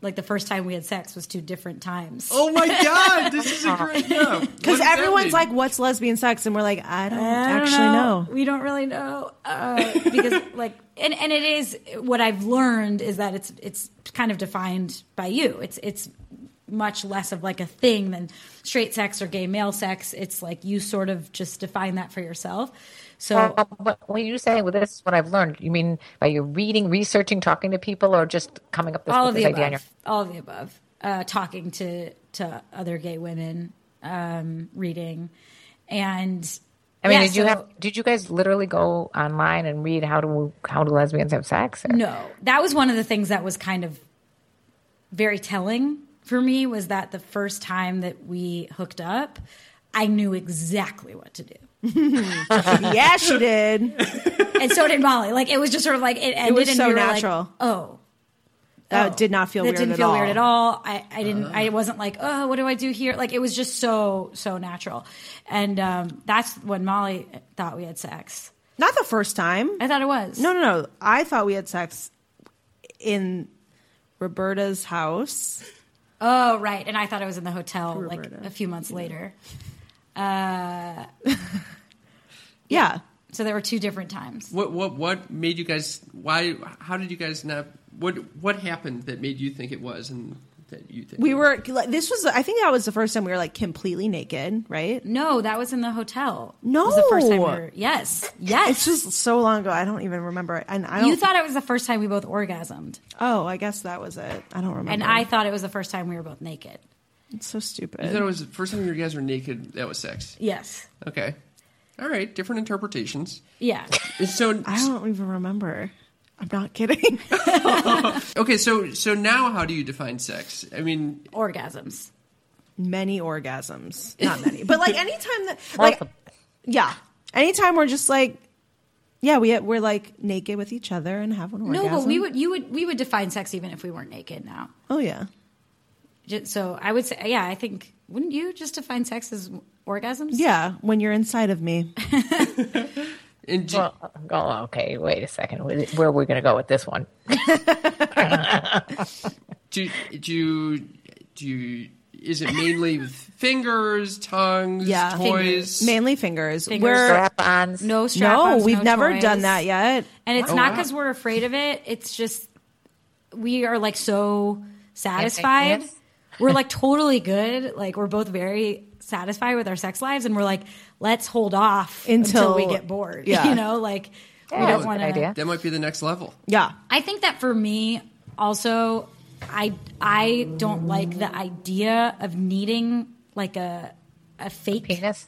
Speaker 2: Like the first time we had sex was two different times.
Speaker 1: Oh my god, this is a great show.
Speaker 4: Because everyone's like, "What's lesbian sex?" and we're like, "I don't
Speaker 2: I don't
Speaker 4: actually know."
Speaker 2: We don't really know uh, because, like, and, and it is what I've learned is that it's it's kind of defined by you. It's it's much less of like a thing than straight sex or gay male sex. It's like you sort of just define that for yourself. So
Speaker 3: Well, Uh, what- when you say well, this is what I've learned, you mean by you reading, researching, talking to people, or just coming up this,
Speaker 2: all
Speaker 3: with
Speaker 2: of
Speaker 3: this
Speaker 2: the
Speaker 3: idea? on your-
Speaker 2: above, all of the above, uh, talking to to other gay women, um, reading, and
Speaker 3: I mean,
Speaker 2: yeah,
Speaker 3: did you
Speaker 2: so-
Speaker 3: have? Did you guys literally go online and read how do how do lesbians have sex? or-
Speaker 2: No, that was one of the things that was kind of very telling for me was that the first time that we hooked up, I knew exactly what to do,
Speaker 4: yeah, she did.
Speaker 2: and so did Molly. Like it was just sort of like it ended,
Speaker 4: was
Speaker 2: and
Speaker 4: so
Speaker 2: we were
Speaker 4: natural.
Speaker 2: like, oh.
Speaker 4: That
Speaker 2: oh.
Speaker 4: did not feel
Speaker 2: that
Speaker 4: weird
Speaker 2: didn't
Speaker 4: at
Speaker 2: feel
Speaker 4: all.
Speaker 2: weird at all. I, I didn't. I wasn't like, oh, what do I do here? Like it was just so so natural, and um, that's when Molly thought we had sex.
Speaker 4: Not the first time.
Speaker 2: I thought it was
Speaker 4: No, no, no. I thought we had sex in Roberta's house.
Speaker 2: Oh, right. And I thought I was in the hotel like
Speaker 4: Roberta.
Speaker 2: a few months later.
Speaker 4: Yeah.
Speaker 2: So there were two different times.
Speaker 1: what what what made you guys? Why? How did you guys not? What what happened that made you think it was and that you think
Speaker 4: We
Speaker 1: it
Speaker 4: were, like, this was, I think that was the first time we were like completely naked, right?
Speaker 2: No, that was in the hotel.
Speaker 4: No.
Speaker 2: It was the first time we were. Yes.
Speaker 4: It's
Speaker 2: Yes.
Speaker 4: just so long ago. I don't even remember. And I don't,
Speaker 2: you thought it was the first time we both orgasmed.
Speaker 4: oh, I guess that was it. I don't remember.
Speaker 2: And I thought it was the first time we were both naked.
Speaker 4: it's so stupid.
Speaker 1: I thought it was the first time you guys were naked. That was sex.
Speaker 2: Yes.
Speaker 1: Okay, all right, different interpretations.
Speaker 2: Yeah.
Speaker 1: And so
Speaker 4: I don't even remember. I'm not kidding.
Speaker 1: okay, so so now how do you define sex? I mean,
Speaker 2: Orgasms.
Speaker 4: many orgasms. Not many, but like anytime that, like,
Speaker 3: Multiple.
Speaker 4: yeah, anytime we're just like, yeah, we we're like naked with each other and have an orgasm.
Speaker 2: No, but we would you would we would define sex even if we weren't naked now.
Speaker 4: Oh yeah.
Speaker 2: Ju- So I would say yeah, I think wouldn't you just define sex as orgasms?
Speaker 4: Yeah, when you're inside of me.
Speaker 1: and do-
Speaker 3: Well, oh, okay. Wait a second. Where are we going to go with this one?
Speaker 1: do do you, do you, is it mainly with fingers, tongues,
Speaker 4: Yeah.
Speaker 1: toys?
Speaker 4: Mainly fingers.
Speaker 2: Fingers.
Speaker 4: We're
Speaker 3: Strap-ons.
Speaker 2: No
Speaker 4: no,
Speaker 2: strap-ons,
Speaker 4: we've
Speaker 2: no
Speaker 4: never
Speaker 2: toys.
Speaker 4: done that yet.
Speaker 2: And it's not
Speaker 1: wow.
Speaker 2: because we're afraid of it. It's just we are like so satisfied.
Speaker 3: Yes.
Speaker 2: We're like totally good. Like we're both very satisfied with our sex lives, and we're like, let's hold off until,
Speaker 4: Until-
Speaker 2: we get bored.
Speaker 4: yeah.
Speaker 2: You know, like we
Speaker 3: Yeah,
Speaker 2: don't
Speaker 3: that's a good
Speaker 2: want
Speaker 3: idea.
Speaker 2: to.
Speaker 1: That might be the next level.
Speaker 4: Yeah.
Speaker 2: I think that for me, also, I I don't like the idea of needing like a a fake
Speaker 3: Penis.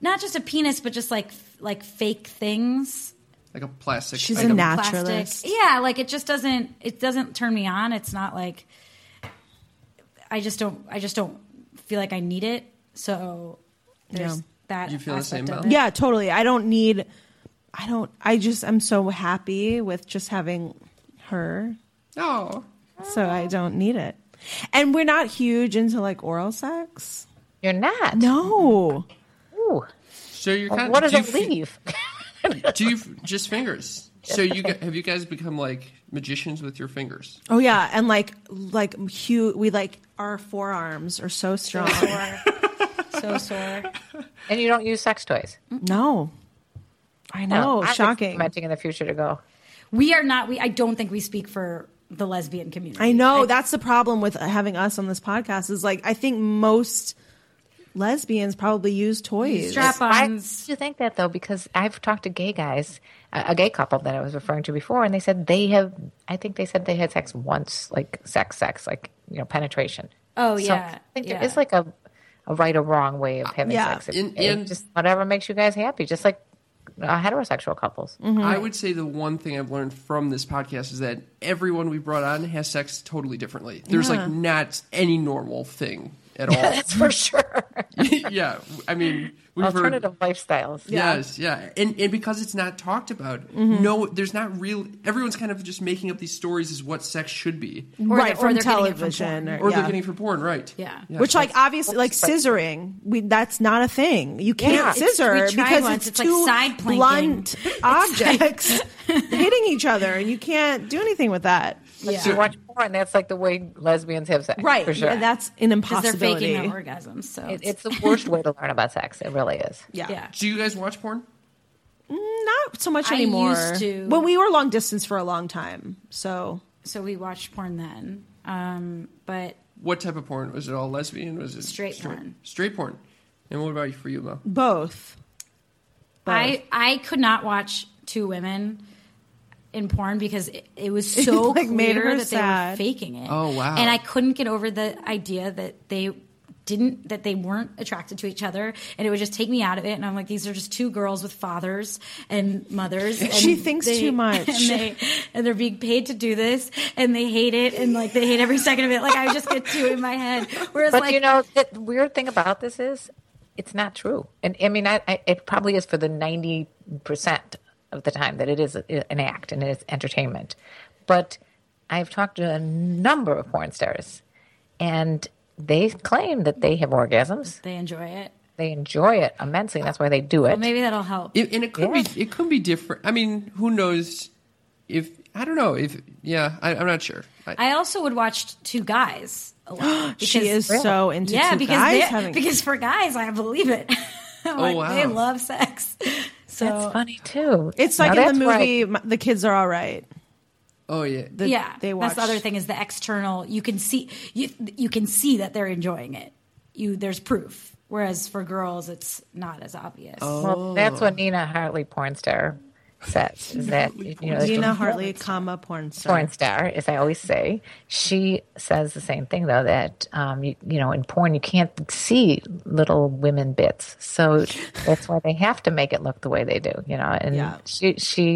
Speaker 2: not just a penis, but just like f- like fake things.
Speaker 1: Like a plastic.
Speaker 4: She's
Speaker 1: like
Speaker 4: a
Speaker 1: a-
Speaker 4: nat-
Speaker 2: plastic.
Speaker 4: Naturalist.
Speaker 2: Yeah, like it just doesn't it doesn't turn me on. It's not like I just don't I just don't feel like I need it. So there's
Speaker 4: Yeah.
Speaker 2: that.
Speaker 1: You feel the
Speaker 2: aspect
Speaker 1: same,
Speaker 2: of
Speaker 1: Mel?
Speaker 2: it.
Speaker 4: Yeah, totally. I don't need I don't I just I'm so happy with just having her.
Speaker 1: Oh.
Speaker 4: So I don't need it. And we're not huge into like oral sex.
Speaker 3: You're not.
Speaker 4: No.
Speaker 3: Ooh.
Speaker 1: So you're kind of.
Speaker 3: What does
Speaker 1: do
Speaker 3: it
Speaker 1: you, fi-
Speaker 3: leave?
Speaker 1: Do you just fingers? So you gu- have you guys become like magicians with your fingers?
Speaker 4: Oh yeah, and like like huge we like our forearms are so strong.
Speaker 2: So sore.
Speaker 3: and you don't use sex toys.
Speaker 4: no. I know,
Speaker 3: I'm
Speaker 4: Oh, shocking.
Speaker 3: Experimenting in the future to go.
Speaker 2: We are not we I don't think we speak for the lesbian community.
Speaker 4: I know that's the problem with having us on this podcast is like I think most lesbians probably use toys.
Speaker 2: Strap
Speaker 3: Why do
Speaker 2: ons.
Speaker 3: you think that though? Because I've talked to gay guys, a a gay couple that I was referring to before, and they said they have. I think they said they had sex once, like sex, sex, like you know, penetration.
Speaker 2: Oh,
Speaker 3: So
Speaker 2: yeah,
Speaker 3: I think
Speaker 2: yeah.
Speaker 3: there is like a, a right or wrong way of having
Speaker 4: Yeah,
Speaker 3: sex.
Speaker 1: in-
Speaker 3: It-
Speaker 1: in-
Speaker 3: just whatever makes you guys happy. Just like uh, heterosexual couples.
Speaker 1: I would say the one thing I've learned from this podcast is that everyone we brought on has sex totally differently. There's
Speaker 4: Yeah.
Speaker 1: like not any normal thing at all.
Speaker 3: That's for sure.
Speaker 1: yeah, I mean, we've heard
Speaker 3: Alternative lifestyles.
Speaker 4: Yeah.
Speaker 1: Yes, yeah, and and because it's not talked about, no, there's not real. Everyone's kind of just making up these stories as what sex should be,
Speaker 2: Or
Speaker 4: right
Speaker 2: they're- or
Speaker 4: from
Speaker 2: they're getting it from
Speaker 4: television,
Speaker 2: porn.
Speaker 1: or
Speaker 4: Mm-hmm. yeah.
Speaker 1: they're getting it from porn, right?
Speaker 2: Yeah.
Speaker 4: Which, like, obviously, like scissoring, we that's not a thing. You can't
Speaker 3: Yeah. It's-
Speaker 4: scissor
Speaker 2: we tried
Speaker 4: because
Speaker 2: once.
Speaker 4: it's,
Speaker 2: It's like
Speaker 4: two
Speaker 2: side planking.
Speaker 4: blunt objects hitting each other, and you can't do anything with that.
Speaker 2: Yeah.
Speaker 3: You watch porn, that's like the way lesbians have sex.
Speaker 4: Right?
Speaker 3: For sure.
Speaker 4: and that's an
Speaker 2: because they're
Speaker 4: impossibility.
Speaker 2: faking their orgasms. So
Speaker 3: It- it's the worst way to learn about sex. It really is.
Speaker 4: yeah.
Speaker 2: yeah.
Speaker 1: Do you guys watch porn?
Speaker 3: Mm-hmm.
Speaker 4: not so much
Speaker 2: I
Speaker 4: anymore.
Speaker 2: used to.
Speaker 4: Well, we were long distance for a long time, so
Speaker 2: So we watched porn then, um, but
Speaker 1: What type of porn was it? All lesbian? Was it
Speaker 2: Straight porn.
Speaker 1: Straight porn. And what about you for you, Mo?
Speaker 4: both.
Speaker 2: I I could not watch two women in porn because it, it was so
Speaker 4: Like,
Speaker 2: clear
Speaker 4: made her
Speaker 2: that
Speaker 4: sad.
Speaker 2: they were faking it.
Speaker 1: Oh, wow.
Speaker 2: And I couldn't get over the idea that they didn't that they weren't attracted to each other and it would just take me out of it and I'm like these are just two girls with fathers and mothers and
Speaker 4: She thinks too much.
Speaker 2: and, they, and they're being paid to do this and they hate it and like they hate every second of it like I just get two in my head whereas
Speaker 3: But
Speaker 2: like
Speaker 3: you know, the weird thing about this is, it's not true. And I mean, I, I, it probably is for the ninety percent of the time that it is a- an act and it's entertainment. But I've talked to a number of porn stars, and they claim that they have orgasms.
Speaker 2: they enjoy it
Speaker 3: They enjoy it immensely. and That's why they do it.
Speaker 2: well, maybe that'll help
Speaker 1: It, and it could be. It could be different. I mean, who knows? If I don't know. If yeah, I, I'm not sure. I,
Speaker 2: I also would watch two guys a lot. Because,
Speaker 4: she is so into
Speaker 2: yeah,
Speaker 4: two
Speaker 2: because
Speaker 4: guys
Speaker 2: they-
Speaker 4: having
Speaker 2: because for guys, I believe it. I'm like,
Speaker 1: wow.
Speaker 2: They love sex. So
Speaker 3: That's funny too.
Speaker 4: it's
Speaker 3: Now
Speaker 4: like in the
Speaker 3: that's why-
Speaker 4: movie M- The Kids Are All Right.
Speaker 1: oh yeah.
Speaker 4: The-
Speaker 2: yeah,
Speaker 4: they
Speaker 2: that's
Speaker 4: watched.
Speaker 2: the other thing is the external. You can see you you can see that they're enjoying it. You there's proof. Whereas for girls, it's not as obvious.
Speaker 3: Well, that's what Nina Hartley, porn star, says. Is that you know, that
Speaker 4: Nina Hartley, comma porn star.
Speaker 3: porn star, as I always say, she says the same thing though that um, you, you know in porn you can't see little women bits, so that's why they have to make it look the way they do, you know. And
Speaker 4: Yeah.
Speaker 3: she she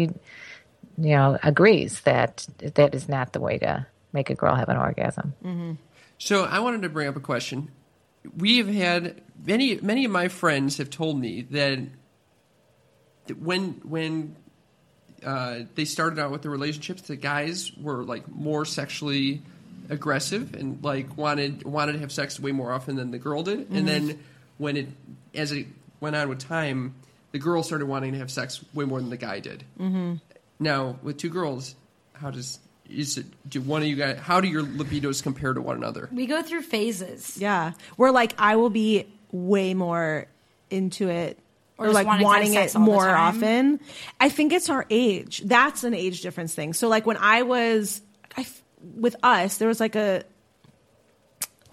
Speaker 3: you know agrees that that is not the way to make a girl have an orgasm.
Speaker 4: Mm.
Speaker 1: So I wanted to bring up a question. We have had many many of my friends have told me that, that when when uh, they started out with their relationships, the guys were like more sexually aggressive and like wanted wanted to have sex way more often than the girl did. And then when it as it went on with time, the girl started wanting to have sex way more than the guy did. Mm-hmm. Now with two girls, how does is it, do one of you guys? How do your libidos compare to one another?
Speaker 2: we go through phases.
Speaker 4: Yeah, where like I will be way more into it.
Speaker 2: Or
Speaker 4: Or,
Speaker 2: just
Speaker 4: like
Speaker 2: wanting to have
Speaker 4: wanting
Speaker 2: sex
Speaker 4: it
Speaker 2: all the
Speaker 4: more
Speaker 2: time.
Speaker 4: often. I think it's our age. That's an age difference thing. So like when I was, I f with us there was like a,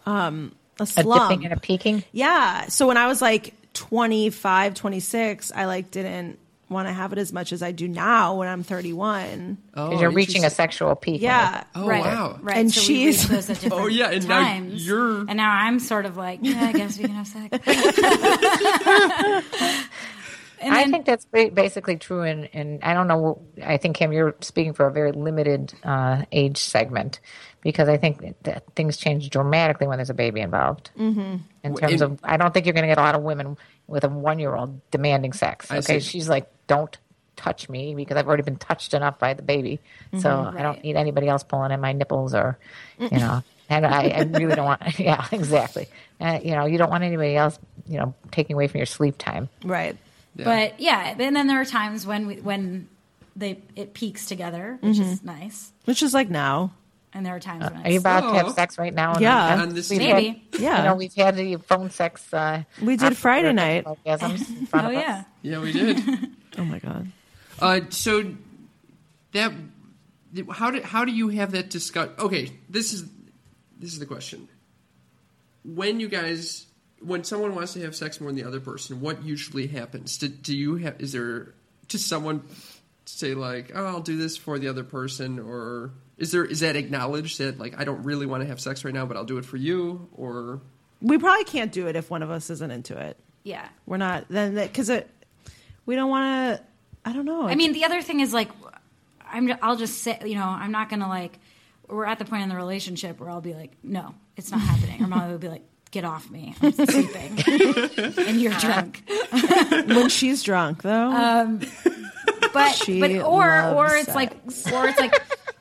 Speaker 4: um, a
Speaker 3: A
Speaker 4: slump.
Speaker 3: dipping and a peeking.
Speaker 4: Yeah. So when I was like 25, 26, I like didn't want to have it as much as I do now when I'm 31.
Speaker 3: 'cause you're reaching a sexual peak.
Speaker 4: Oh, Yeah.
Speaker 1: Oh
Speaker 2: right.
Speaker 1: wow!
Speaker 2: Right.
Speaker 4: And
Speaker 2: so we
Speaker 4: she's-
Speaker 2: reach those at different
Speaker 1: Oh, yeah, and now
Speaker 2: times.
Speaker 1: you're-
Speaker 2: and now I'm sort of like, yeah, I guess we can have sex. And
Speaker 3: I
Speaker 2: then-
Speaker 3: think that's ba- basically true, and and I don't know. I think Kim, you're speaking for a very limited uh, age segment, because I think that- that things change dramatically when there's a baby involved. Mm-hmm. In terms of, I don't think you're going to get a lot of women with a one year old demanding sex.
Speaker 1: I
Speaker 3: Okay,
Speaker 1: see.
Speaker 3: she's like, don't touch me because I've already been touched enough by the baby, so I don't
Speaker 2: Right.
Speaker 3: need anybody else pulling at my nipples or, you know. And I, I really don't want, yeah, exactly. Uh, you know, you don't want anybody else, you know, taking away from your sleep time.
Speaker 4: Right.
Speaker 2: But yeah, and then there are times when we, when they it peaks together, which is nice.
Speaker 4: Which is like now.
Speaker 2: And there are times when
Speaker 3: Mm-hmm. Uh, Are you
Speaker 2: it's,
Speaker 3: about
Speaker 1: Oh.
Speaker 3: to have sex right now?
Speaker 4: Yeah.
Speaker 3: I'm-
Speaker 1: On this
Speaker 3: we've
Speaker 1: date.
Speaker 3: had-
Speaker 2: Maybe.
Speaker 4: Yeah.
Speaker 3: You know, we've had the phone sex. Uh,
Speaker 4: We did
Speaker 3: after
Speaker 4: Friday
Speaker 3: orgasms
Speaker 4: night.
Speaker 3: in front
Speaker 2: oh
Speaker 3: of us.
Speaker 2: yeah,
Speaker 1: Yeah, we did.
Speaker 4: Oh my God.
Speaker 1: uh, so that how do how do you have that discuss? Okay, this is this is the question. When you guys, when someone wants to have sex more than the other person, what usually happens? Do, do you have? Is there does someone say like, "Oh, I'll do this for the other person," or is there is that acknowledged that like I don't really want to have sex right now, but I'll do it for you, or
Speaker 4: We probably can't do it if one of us isn't into it.
Speaker 2: yeah.
Speaker 4: We're not, then, because it, we don't want to. I don't know.
Speaker 2: I mean, the other thing is like, I'm. I'll just say, you know, I'm not gonna like. We're at the point in the relationship where I'll be like, no, it's not happening. Or Molly will be like, get off me, I'm sleeping, and you're drunk.
Speaker 4: when she's drunk though,
Speaker 2: Uh, But
Speaker 4: She
Speaker 2: but or or
Speaker 4: loves
Speaker 2: it's like or it's like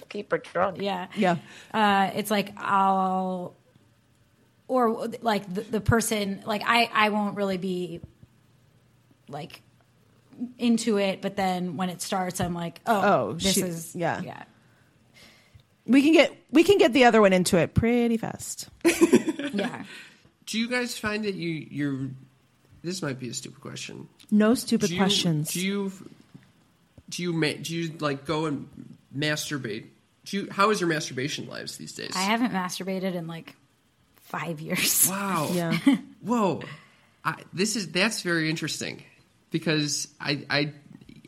Speaker 3: Keep her drunk.
Speaker 2: yeah
Speaker 4: yeah,
Speaker 2: uh, it's like I'll or like the, the person like I I won't really be like into it, but then when it starts, I'm like, oh,
Speaker 4: Oh,
Speaker 2: this
Speaker 4: she-
Speaker 2: is
Speaker 4: yeah.
Speaker 2: yeah.
Speaker 4: we can get we can get the other one into it pretty fast.
Speaker 2: yeah.
Speaker 1: Do you guys find that you you're this might be a stupid question.
Speaker 4: No stupid
Speaker 1: Do you,
Speaker 4: questions.
Speaker 1: Do you do you ma- do you like go and masturbate? Do you how is your masturbation lives these days?
Speaker 2: I haven't masturbated in like five years.
Speaker 1: Wow.
Speaker 4: yeah.
Speaker 1: Whoa. I, this is that's very interesting because I I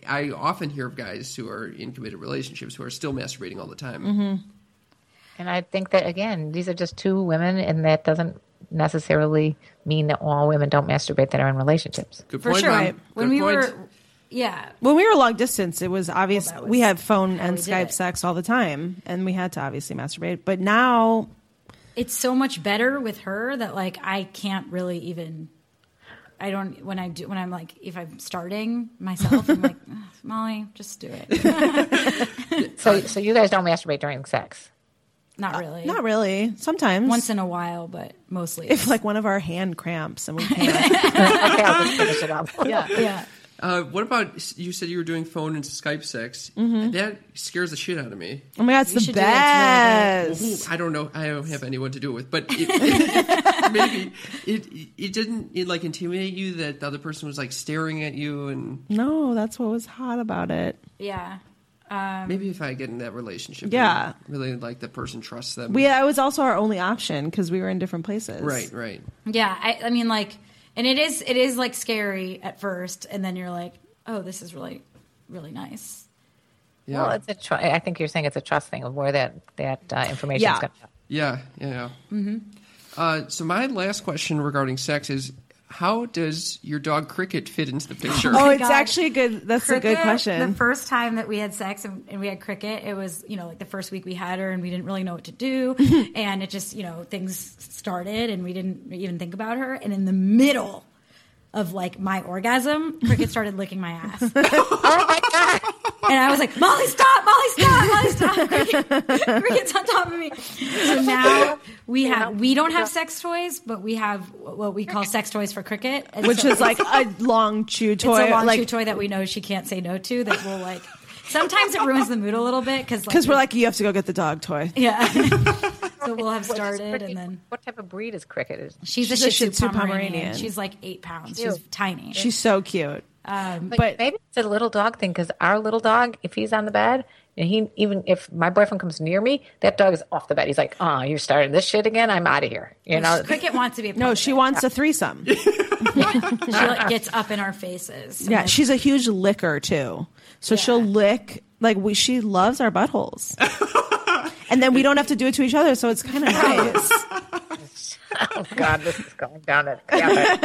Speaker 1: I often hear of guys who are in committed relationships who are still masturbating all the time.
Speaker 2: Mm-hmm.
Speaker 3: And I think that again, these are just two women, and that doesn't necessarily mean that all women don't masturbate that are in relationships.
Speaker 1: Good
Speaker 2: For
Speaker 1: point,
Speaker 2: sure.
Speaker 1: Mom.
Speaker 2: Right. When
Speaker 1: Good
Speaker 2: we
Speaker 1: point.
Speaker 2: were yeah.
Speaker 4: When we were long distance, it was obvious
Speaker 2: that was
Speaker 4: we had phone and
Speaker 2: we did
Speaker 4: Skype
Speaker 2: it.
Speaker 4: sex all the time, and we had to obviously masturbate. But now,
Speaker 2: It's so much better with her that like I can't really even I don't when I do when I'm like if I'm starting myself, I'm like, "Ugh, Molly, just do it.
Speaker 3: So, so you guys don't masturbate during sex.
Speaker 2: Not really.
Speaker 4: not really. Sometimes
Speaker 2: Once in a while, but mostly.
Speaker 4: if like one of our hand cramps and we can't.
Speaker 3: Okay, I'll just finish it up.
Speaker 2: yeah, yeah.
Speaker 1: Uh, what about you said you were doing phone and Skype sex?
Speaker 2: Mm-hmm.
Speaker 1: That scares the shit out of me.
Speaker 4: oh my god, it's
Speaker 2: You
Speaker 4: the
Speaker 2: should do it. It's
Speaker 4: best.
Speaker 1: Who- I don't know. I don't have anyone to do it with, but it, it- maybe it it didn't it like intimidate you that the other person was like staring at you, and
Speaker 4: No, that's what was hot about it.
Speaker 2: Yeah.
Speaker 1: maybe if I get in that relationship,
Speaker 4: Yeah.
Speaker 1: and really like the person trusts them.
Speaker 4: We it was also our only option because we were in different places.
Speaker 1: right, right.
Speaker 2: Yeah. I, I mean, like, and it is, it is like scary at first. And then you're like, oh, this is really, really nice.
Speaker 1: Yeah,
Speaker 3: Well, it's a. Tr- I think you're saying it's a trust thing of where that that uh, information
Speaker 4: Yeah.
Speaker 3: is going. to
Speaker 1: yeah, yeah. yeah. Uh, so my last question regarding sex is: How does your dog Cricket fit into the picture?
Speaker 4: Oh,
Speaker 2: my
Speaker 4: it's
Speaker 2: God.
Speaker 4: actually a good. That's a good
Speaker 2: Cricket,
Speaker 4: question.
Speaker 2: The first time that we had sex and, and we had cricket, it was you know like the first week we had her and we didn't really know what to do, and it just you know things started and we didn't even think about her, and in the middle of like my orgasm, cricket started licking my ass. oh my god! And I was like, Molly, stop! Molly, stop! Molly, stop! Cricket, cricket's on top of me. So now we have we don't have sex toys, but we have what we call sex toys for cricket, and
Speaker 4: which
Speaker 2: so-
Speaker 4: is like a long chew toy.
Speaker 2: it's a long
Speaker 4: like,
Speaker 2: shoe toy that we know she can't say no to. That will like sometimes it ruins the mood a little bit because
Speaker 4: Because we're like, you have to go get the dog toy.
Speaker 2: yeah. so we'll have started and then
Speaker 3: What type of breed is cricket? Is
Speaker 2: she's,
Speaker 4: She's
Speaker 2: a
Speaker 4: a
Speaker 2: Shih Tzu,
Speaker 4: Shih Tzu
Speaker 2: Pomeranian.
Speaker 4: Pomeranian.
Speaker 2: She's like eight pounds. She's
Speaker 3: Cute.
Speaker 2: tiny.
Speaker 4: She's so cute.
Speaker 3: but maybe it's a little dog thing because our little dog, if he's on the bed and he even if my boyfriend comes near me, that dog is off the bed. He's like, "Oh, you're starting this shit again. I'm out of here." You know,
Speaker 2: Cricket wants to be. A part
Speaker 4: No,
Speaker 2: of
Speaker 4: she
Speaker 2: it.
Speaker 4: wants a threesome.
Speaker 2: She like gets up in our faces.
Speaker 4: Yeah, she's a huge licker too. So she'll lick like we, she loves our buttholes. and then we don't have to do it to each other, so it's kind of nice.
Speaker 3: oh god, this is going down a yeah,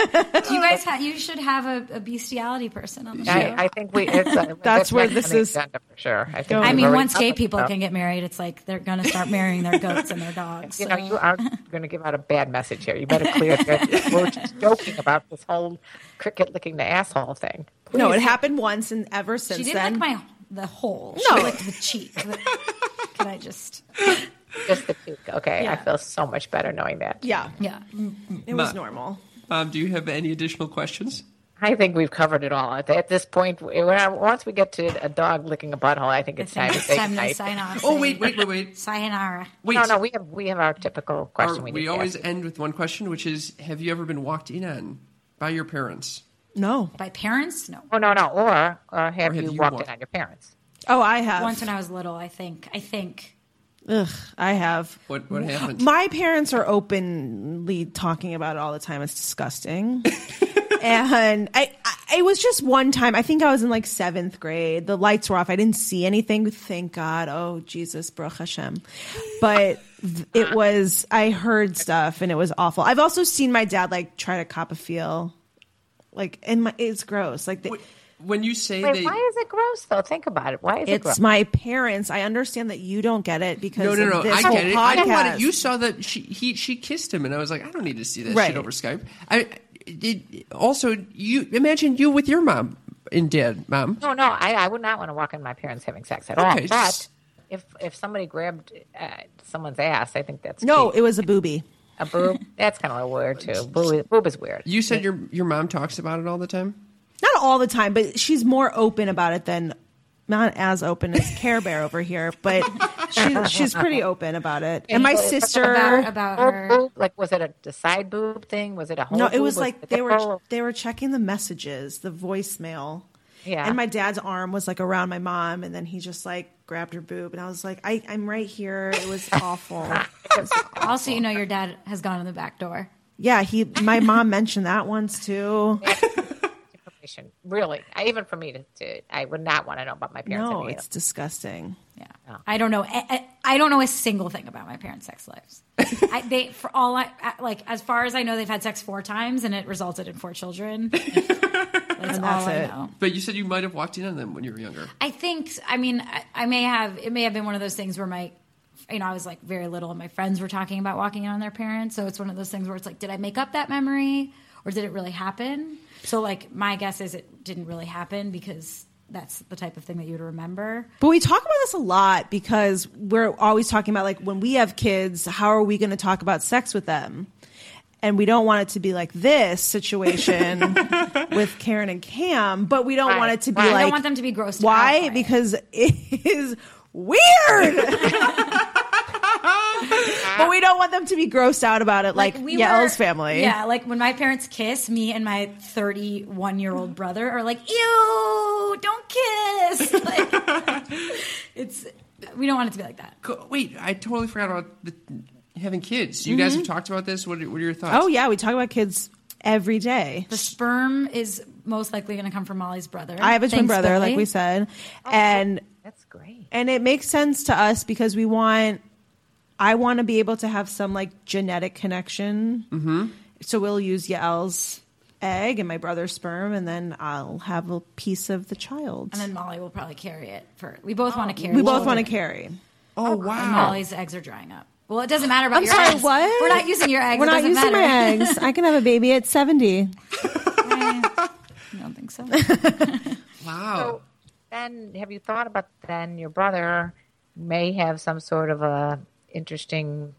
Speaker 2: you guys, ha- you should have a, a bestiality person on the show.
Speaker 3: I, I think we. It's, uh,
Speaker 4: where
Speaker 3: next
Speaker 4: this
Speaker 3: on the
Speaker 4: is
Speaker 3: agenda for sure. I think.
Speaker 4: going.
Speaker 3: we've
Speaker 2: I mean,
Speaker 3: already
Speaker 2: once
Speaker 3: done
Speaker 2: gay
Speaker 3: this
Speaker 2: people
Speaker 3: stuff.
Speaker 2: can get married, it's like they're going to start marrying their goats and their dogs.
Speaker 3: You know,
Speaker 2: so-
Speaker 3: you are going to give out a bad message here. You better clear that. We're just joking about this whole cricket licking the asshole thing.
Speaker 4: No, it happened once and ever since
Speaker 2: she didn't
Speaker 4: then.
Speaker 2: lick my the hole.
Speaker 4: No.
Speaker 2: she licked the cheek. Can I just?
Speaker 3: Just the puke. Okay, I
Speaker 2: Yeah.
Speaker 3: feel so much better knowing that.
Speaker 4: yeah,
Speaker 2: Yeah.
Speaker 4: it was
Speaker 1: Ma-
Speaker 4: normal.
Speaker 1: Mom, Um, do you have any additional questions?
Speaker 3: I think we've covered it all. At, at this point, we- we're not- once we get to a dog licking a butthole, I think it's time to
Speaker 2: It's
Speaker 3: say
Speaker 2: time to
Speaker 3: goodnight.
Speaker 2: sign off.
Speaker 1: Oh wait, wait, wait, wait,
Speaker 2: Sayonara.
Speaker 1: wait.
Speaker 3: No, no, we have we have our typical
Speaker 1: Our-
Speaker 3: question.
Speaker 1: we
Speaker 3: we need to
Speaker 1: always
Speaker 3: ask.
Speaker 1: end with one question, which is: Have you ever been walked in on by your parents?
Speaker 4: No.
Speaker 2: By parents? No.
Speaker 3: Oh no, no, or or have,
Speaker 1: have
Speaker 3: you,
Speaker 1: you
Speaker 3: walked
Speaker 1: walked-
Speaker 3: in on your parents?
Speaker 4: Oh, I have.
Speaker 2: Once when I was little, I think. I think.
Speaker 4: Ugh, I have.
Speaker 1: What what happened?
Speaker 4: My parents are openly talking about it all the time. It's disgusting. and I, I, it was just one time. I think I was in like seventh grade. The lights were off. I didn't see anything. Thank God. Oh Jesus, Baruch Hashem. But th- it was. I heard stuff, and it was awful. I've also seen my dad like try to cop a feel, like and my, it's gross. Like the,
Speaker 1: Wait, when you say
Speaker 3: Wait,
Speaker 1: they
Speaker 3: why is it gross though? Think about it. Why is it gross?
Speaker 4: It's my parents. I understand that you don't get it because
Speaker 1: no, no, no.
Speaker 4: of this
Speaker 1: I
Speaker 4: whole
Speaker 1: get it. I
Speaker 4: podcast.
Speaker 1: don't want it. You saw that she he she kissed him, and I was like, I don't need to see that shit
Speaker 4: Right.
Speaker 1: over Skype. I it, also you imagine you with your mom and dad, mom.
Speaker 3: No, no, I, I would not want to walk in my parents having sex at all.
Speaker 1: Okay,
Speaker 3: But
Speaker 1: just-
Speaker 3: if if somebody grabbed uh, someone's ass, I think that's
Speaker 4: no,
Speaker 3: creepy.
Speaker 4: it was a booby.
Speaker 3: a boob. that's kind of weird too. Boob, boob is weird.
Speaker 1: You said your your mom talks about it all the time.
Speaker 4: Not all the time, but she's more open about it than not as open as Care Bear over here, but she's she's pretty open about it. And my sister
Speaker 2: about, about
Speaker 3: Boob,
Speaker 2: her.
Speaker 3: boob, like was it a, the side boob thing? Was it a whole?
Speaker 4: No, it
Speaker 3: boob?
Speaker 4: was like
Speaker 3: it
Speaker 4: they
Speaker 3: the
Speaker 4: were
Speaker 3: whole-
Speaker 4: they were checking the messages, the voicemail.
Speaker 3: Yeah.
Speaker 4: And my dad's arm was like around my mom, and then he just like grabbed her boob, and I was like, I, I'm right here. It was awful.
Speaker 2: Also, you know, your dad has gone in the back door.
Speaker 4: yeah, he. My mom mentioned that once too.
Speaker 3: information. Really, I, even for me to, to, I would not want to know about my parents.
Speaker 4: No,
Speaker 3: having
Speaker 4: it's disgusting.
Speaker 2: Yeah, I don't know. I, I, I don't know a single thing about my parents' sex lives. I, they, for all I I- like, as far as I know, they've had sex four times, and it resulted in four children. That's, all I
Speaker 4: it.
Speaker 2: know.
Speaker 1: But you said you might have walked in on them when you were younger.
Speaker 2: I think. I mean, I, I may have. It may have been one of those things where my, you know, I was like very little, and my friends were talking about walking in on their parents. So it's one of those things where it's like, did I make up that memory, or did it really happen? So like, my guess is it didn't really happen because that's the type of thing that you would remember.
Speaker 4: But we talk about this a lot because we're always talking about like when we have kids, how are we going to talk about sex with them? And we don't want it to be like this situation with Karen and Cam, but we don't
Speaker 3: Right,
Speaker 4: want it to be
Speaker 3: right. We
Speaker 4: like
Speaker 2: don't want them to be grossed out by
Speaker 4: Why?
Speaker 2: it.
Speaker 4: Because it is weird. but we don't want them to be grossed out about it like,
Speaker 2: we
Speaker 4: Yael's
Speaker 2: were-
Speaker 4: family.
Speaker 2: Yeah, like when my parents kiss, me and my 31 year old brother are like, ew, don't kiss. Like, it's, we don't want it to be like that.
Speaker 1: Co- Wait, I totally forgot about the, having kids. You guys have talked about this. What are, what are your thoughts?
Speaker 4: Oh yeah, we talk about kids every day.
Speaker 2: The sperm is most likely going to come from Molly's brother.
Speaker 4: I have a twin
Speaker 2: Thanks,
Speaker 4: brother, like
Speaker 2: Billy.
Speaker 4: we said, and
Speaker 3: That's great.
Speaker 4: and it makes sense to us because we want i want to be able to have some like genetic connection mm-hmm. so we'll use yael's egg and my brother's sperm and then i'll have a piece of the child
Speaker 2: And then Molly will probably carry it for, we both want to carry
Speaker 4: we both want
Speaker 2: children.
Speaker 4: to carry
Speaker 1: Oh,
Speaker 2: And
Speaker 1: wow.
Speaker 2: Molly's eggs are drying up. Well, it doesn't matter about
Speaker 4: i'm
Speaker 2: your
Speaker 4: sorry
Speaker 2: eggs.
Speaker 4: what
Speaker 2: We're not using your eggs. it
Speaker 4: we're not
Speaker 2: doesn't
Speaker 4: using
Speaker 2: matter.
Speaker 4: my eggs i can have a baby at 70
Speaker 2: I don't think so.
Speaker 1: Wow.
Speaker 3: So then, have you thought about then your brother may have some sort of a interesting?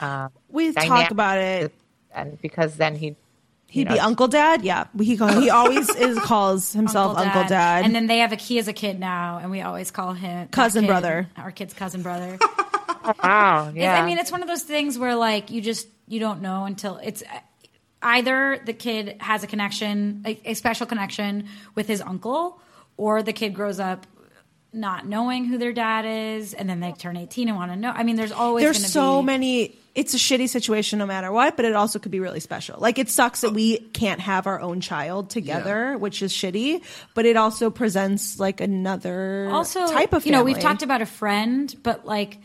Speaker 3: Uh,
Speaker 4: we
Speaker 3: dynamic
Speaker 4: talk about it
Speaker 3: and because then he
Speaker 4: he'd
Speaker 3: you know,
Speaker 4: be uncle dad yeah he, call, he always is, calls himself uncle dad,
Speaker 2: And then they have a he is a kid now, and we always call him
Speaker 4: Cousin
Speaker 2: our kid-
Speaker 4: brother.
Speaker 2: Our kid's cousin brother.
Speaker 3: Wow,
Speaker 2: It's-
Speaker 3: oh, yeah.
Speaker 2: I mean, it's one of those things where like you just you don't know until it's either the kid has a connection, a, a special connection with his uncle, or the kid grows up not knowing who their dad is, and then they turn eighteen and want to know. I mean, there's always
Speaker 4: there's
Speaker 2: gonna
Speaker 4: so
Speaker 2: be,
Speaker 4: many it's a shitty situation no matter what but it also could be really special like it sucks that we can't have our own child together which is shitty but it also presents like another
Speaker 2: also
Speaker 4: type of
Speaker 2: you know we've
Speaker 4: family.
Speaker 2: talked about a friend, but like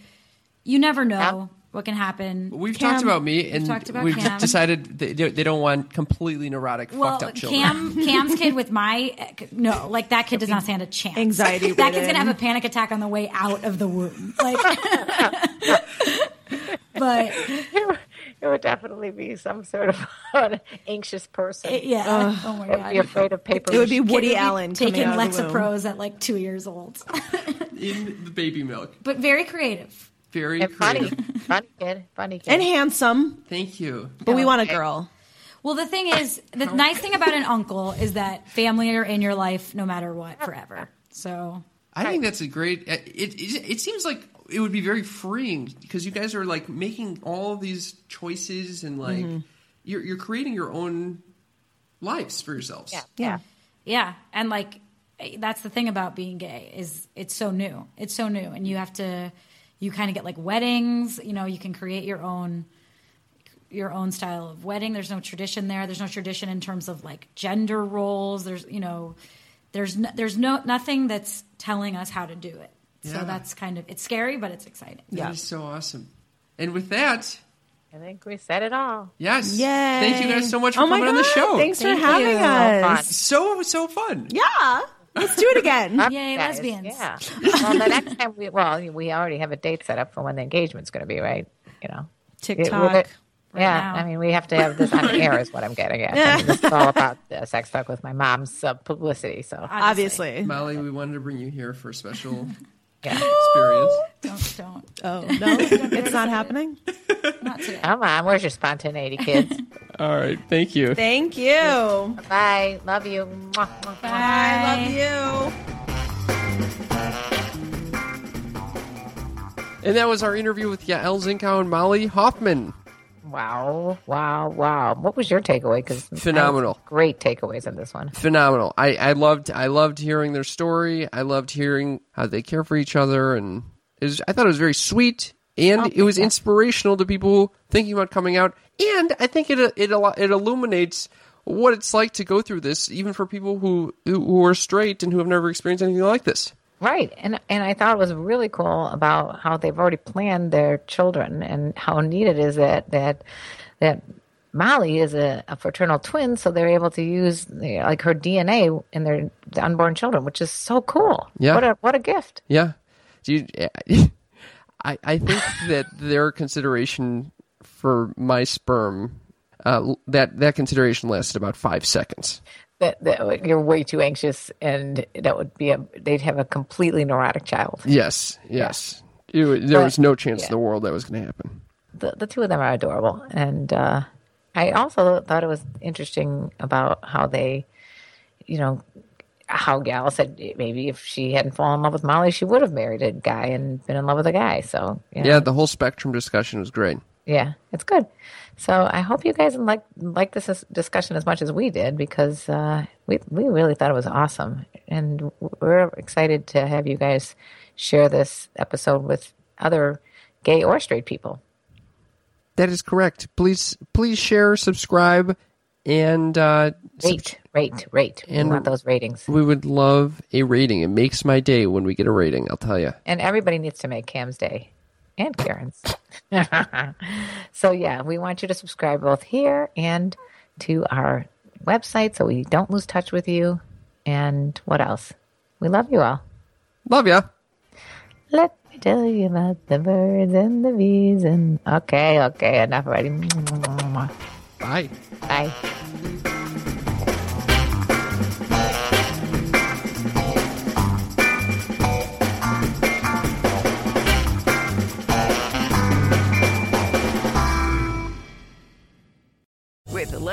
Speaker 2: you never know what can happen.
Speaker 1: We've
Speaker 4: Cam.
Speaker 1: talked about me, and
Speaker 2: talked about
Speaker 1: we've
Speaker 2: Cam.
Speaker 1: decided they, they don't want completely neurotic, fucked up children.
Speaker 2: Cam, Cam's kid with my no, like that kid does not stand a chance.
Speaker 4: Anxiety
Speaker 2: That kid's
Speaker 4: ridden.
Speaker 2: gonna have a panic attack on the way out of the womb. Like, but
Speaker 3: there, would- there would definitely be some sort of an anxious person.
Speaker 2: yeah, oh my
Speaker 3: Be
Speaker 2: god,
Speaker 3: afraid of paper.
Speaker 4: it would be
Speaker 3: mache.
Speaker 4: woody allen coming
Speaker 2: taking
Speaker 4: out of the womb.
Speaker 2: Lexapros at like two years old,
Speaker 1: in the baby milk.
Speaker 2: but very creative.
Speaker 1: Very
Speaker 3: and funny,
Speaker 1: creative.
Speaker 3: funny kid, funny kid.
Speaker 4: and handsome
Speaker 1: Thank you.
Speaker 4: but we want a girl
Speaker 2: Well, the thing is, the nice thing about an uncle is that family are in your life no matter what forever. So
Speaker 1: I think that's a great. It, it it seems like it would be very freeing because you guys are like making all these choices and like
Speaker 4: Mm-hmm.
Speaker 1: you're you're creating your own lives for yourselves.
Speaker 3: yeah,
Speaker 4: yeah
Speaker 2: Yeah, and like eh, that's the thing about being gay is it's so new. It's so new, and you have to you kind of get like weddings. You know, you can create your own your own style of wedding. There's no tradition there. There's no tradition in terms of like gender roles. There's you know there's no, there's no nothing that's telling us how to do it.
Speaker 1: Yeah.
Speaker 2: So that's kind of it's scary, but it's exciting.
Speaker 1: That is so awesome. And with that,
Speaker 3: I think we said it all.
Speaker 1: yes,
Speaker 4: Yay.
Speaker 1: thank you guys so much for
Speaker 4: oh my
Speaker 1: coming on the
Speaker 4: God,
Speaker 1: show.
Speaker 4: thanks
Speaker 3: Thank
Speaker 4: for having
Speaker 3: you.
Speaker 4: us
Speaker 1: so so fun.
Speaker 4: yeah Let's do it again.
Speaker 2: Yay,
Speaker 3: guys.
Speaker 2: lesbians.
Speaker 3: Yeah. Well, the next time we well, we already have a date set up for when the engagement's going to be, right? You know,
Speaker 4: TikTok.
Speaker 3: It- we're- yeah,
Speaker 2: now.
Speaker 3: I mean, we have to have this on air, is what I'm getting at. I mean, this is all about uh, sex talk with my mom's uh, publicity. So,
Speaker 4: Obviously.
Speaker 1: Molly, we wanted to bring you here for a special
Speaker 3: yeah.
Speaker 1: experience.
Speaker 2: Don't, don't.
Speaker 4: Oh no, it's not happening.
Speaker 2: Not today.
Speaker 3: come on, Oh, where's your spontaneity, kids?
Speaker 1: All right, thank you.
Speaker 4: Thank you.
Speaker 3: Bye, love you. Mwah, mwah, mwah.
Speaker 2: Bye.
Speaker 4: love you.
Speaker 1: And that was our interview with Yael Zinkow and Molly Hoffman.
Speaker 3: Wow, wow, wow. What was your takeaway? Because
Speaker 1: Phenomenal.
Speaker 3: great takeaways on this one.
Speaker 1: Phenomenal. I, I loved I loved hearing their story. I loved hearing how they care for each other, and it was, I thought it was very sweet, and it was inspirational to people thinking about coming out. And I think it it al- it illuminates what it's like to go through this, even for people who who who are straight and who have never experienced anything like this.
Speaker 3: Right. And and I thought it was really cool about how they've already planned their children and how neat it is that that that Molly is a, a fraternal twin, so they're able to use you know, like her DNA in their unborn children, which is so cool.
Speaker 1: Yeah.
Speaker 3: What a what a gift.
Speaker 1: Yeah. Do you, I, I think that their consideration for my sperm, uh, that, that consideration lasted about five seconds.
Speaker 3: That, that you're way too anxious, and that would be a they'd have a completely neurotic child.
Speaker 1: Yes, yes. It wa- there was no chance in the world that was going to happen.
Speaker 3: the, the two of them are adorable. And uh, I also thought it was interesting about how they, you know, how Gal said maybe if she hadn't fallen in love with Molly, she would have married a guy and been in love with a guy. So, you know,
Speaker 1: Yeah, the whole spectrum discussion was great.
Speaker 3: yeah, it's good. So I hope you guys like like this is- discussion as much as we did because uh, we we really thought it was awesome, and we're excited to have you guys share this episode with other gay or straight people.
Speaker 1: That is correct. Please, please share, subscribe, and uh, sub-
Speaker 3: Rate, rate, rate. We
Speaker 1: And-
Speaker 3: want those ratings.
Speaker 1: we would love a rating. It makes my day when we get a rating. I'll tell you.
Speaker 3: And everybody needs to make Cam's day and Karen's. so, yeah, we want you to subscribe both here and to our website so we don't lose touch with you. And what else? We love you all.
Speaker 1: Love ya.
Speaker 3: Let me tell you about the birds and the bees. And okay, okay, enough already.
Speaker 1: Bye.
Speaker 3: Bye.
Speaker 5: With the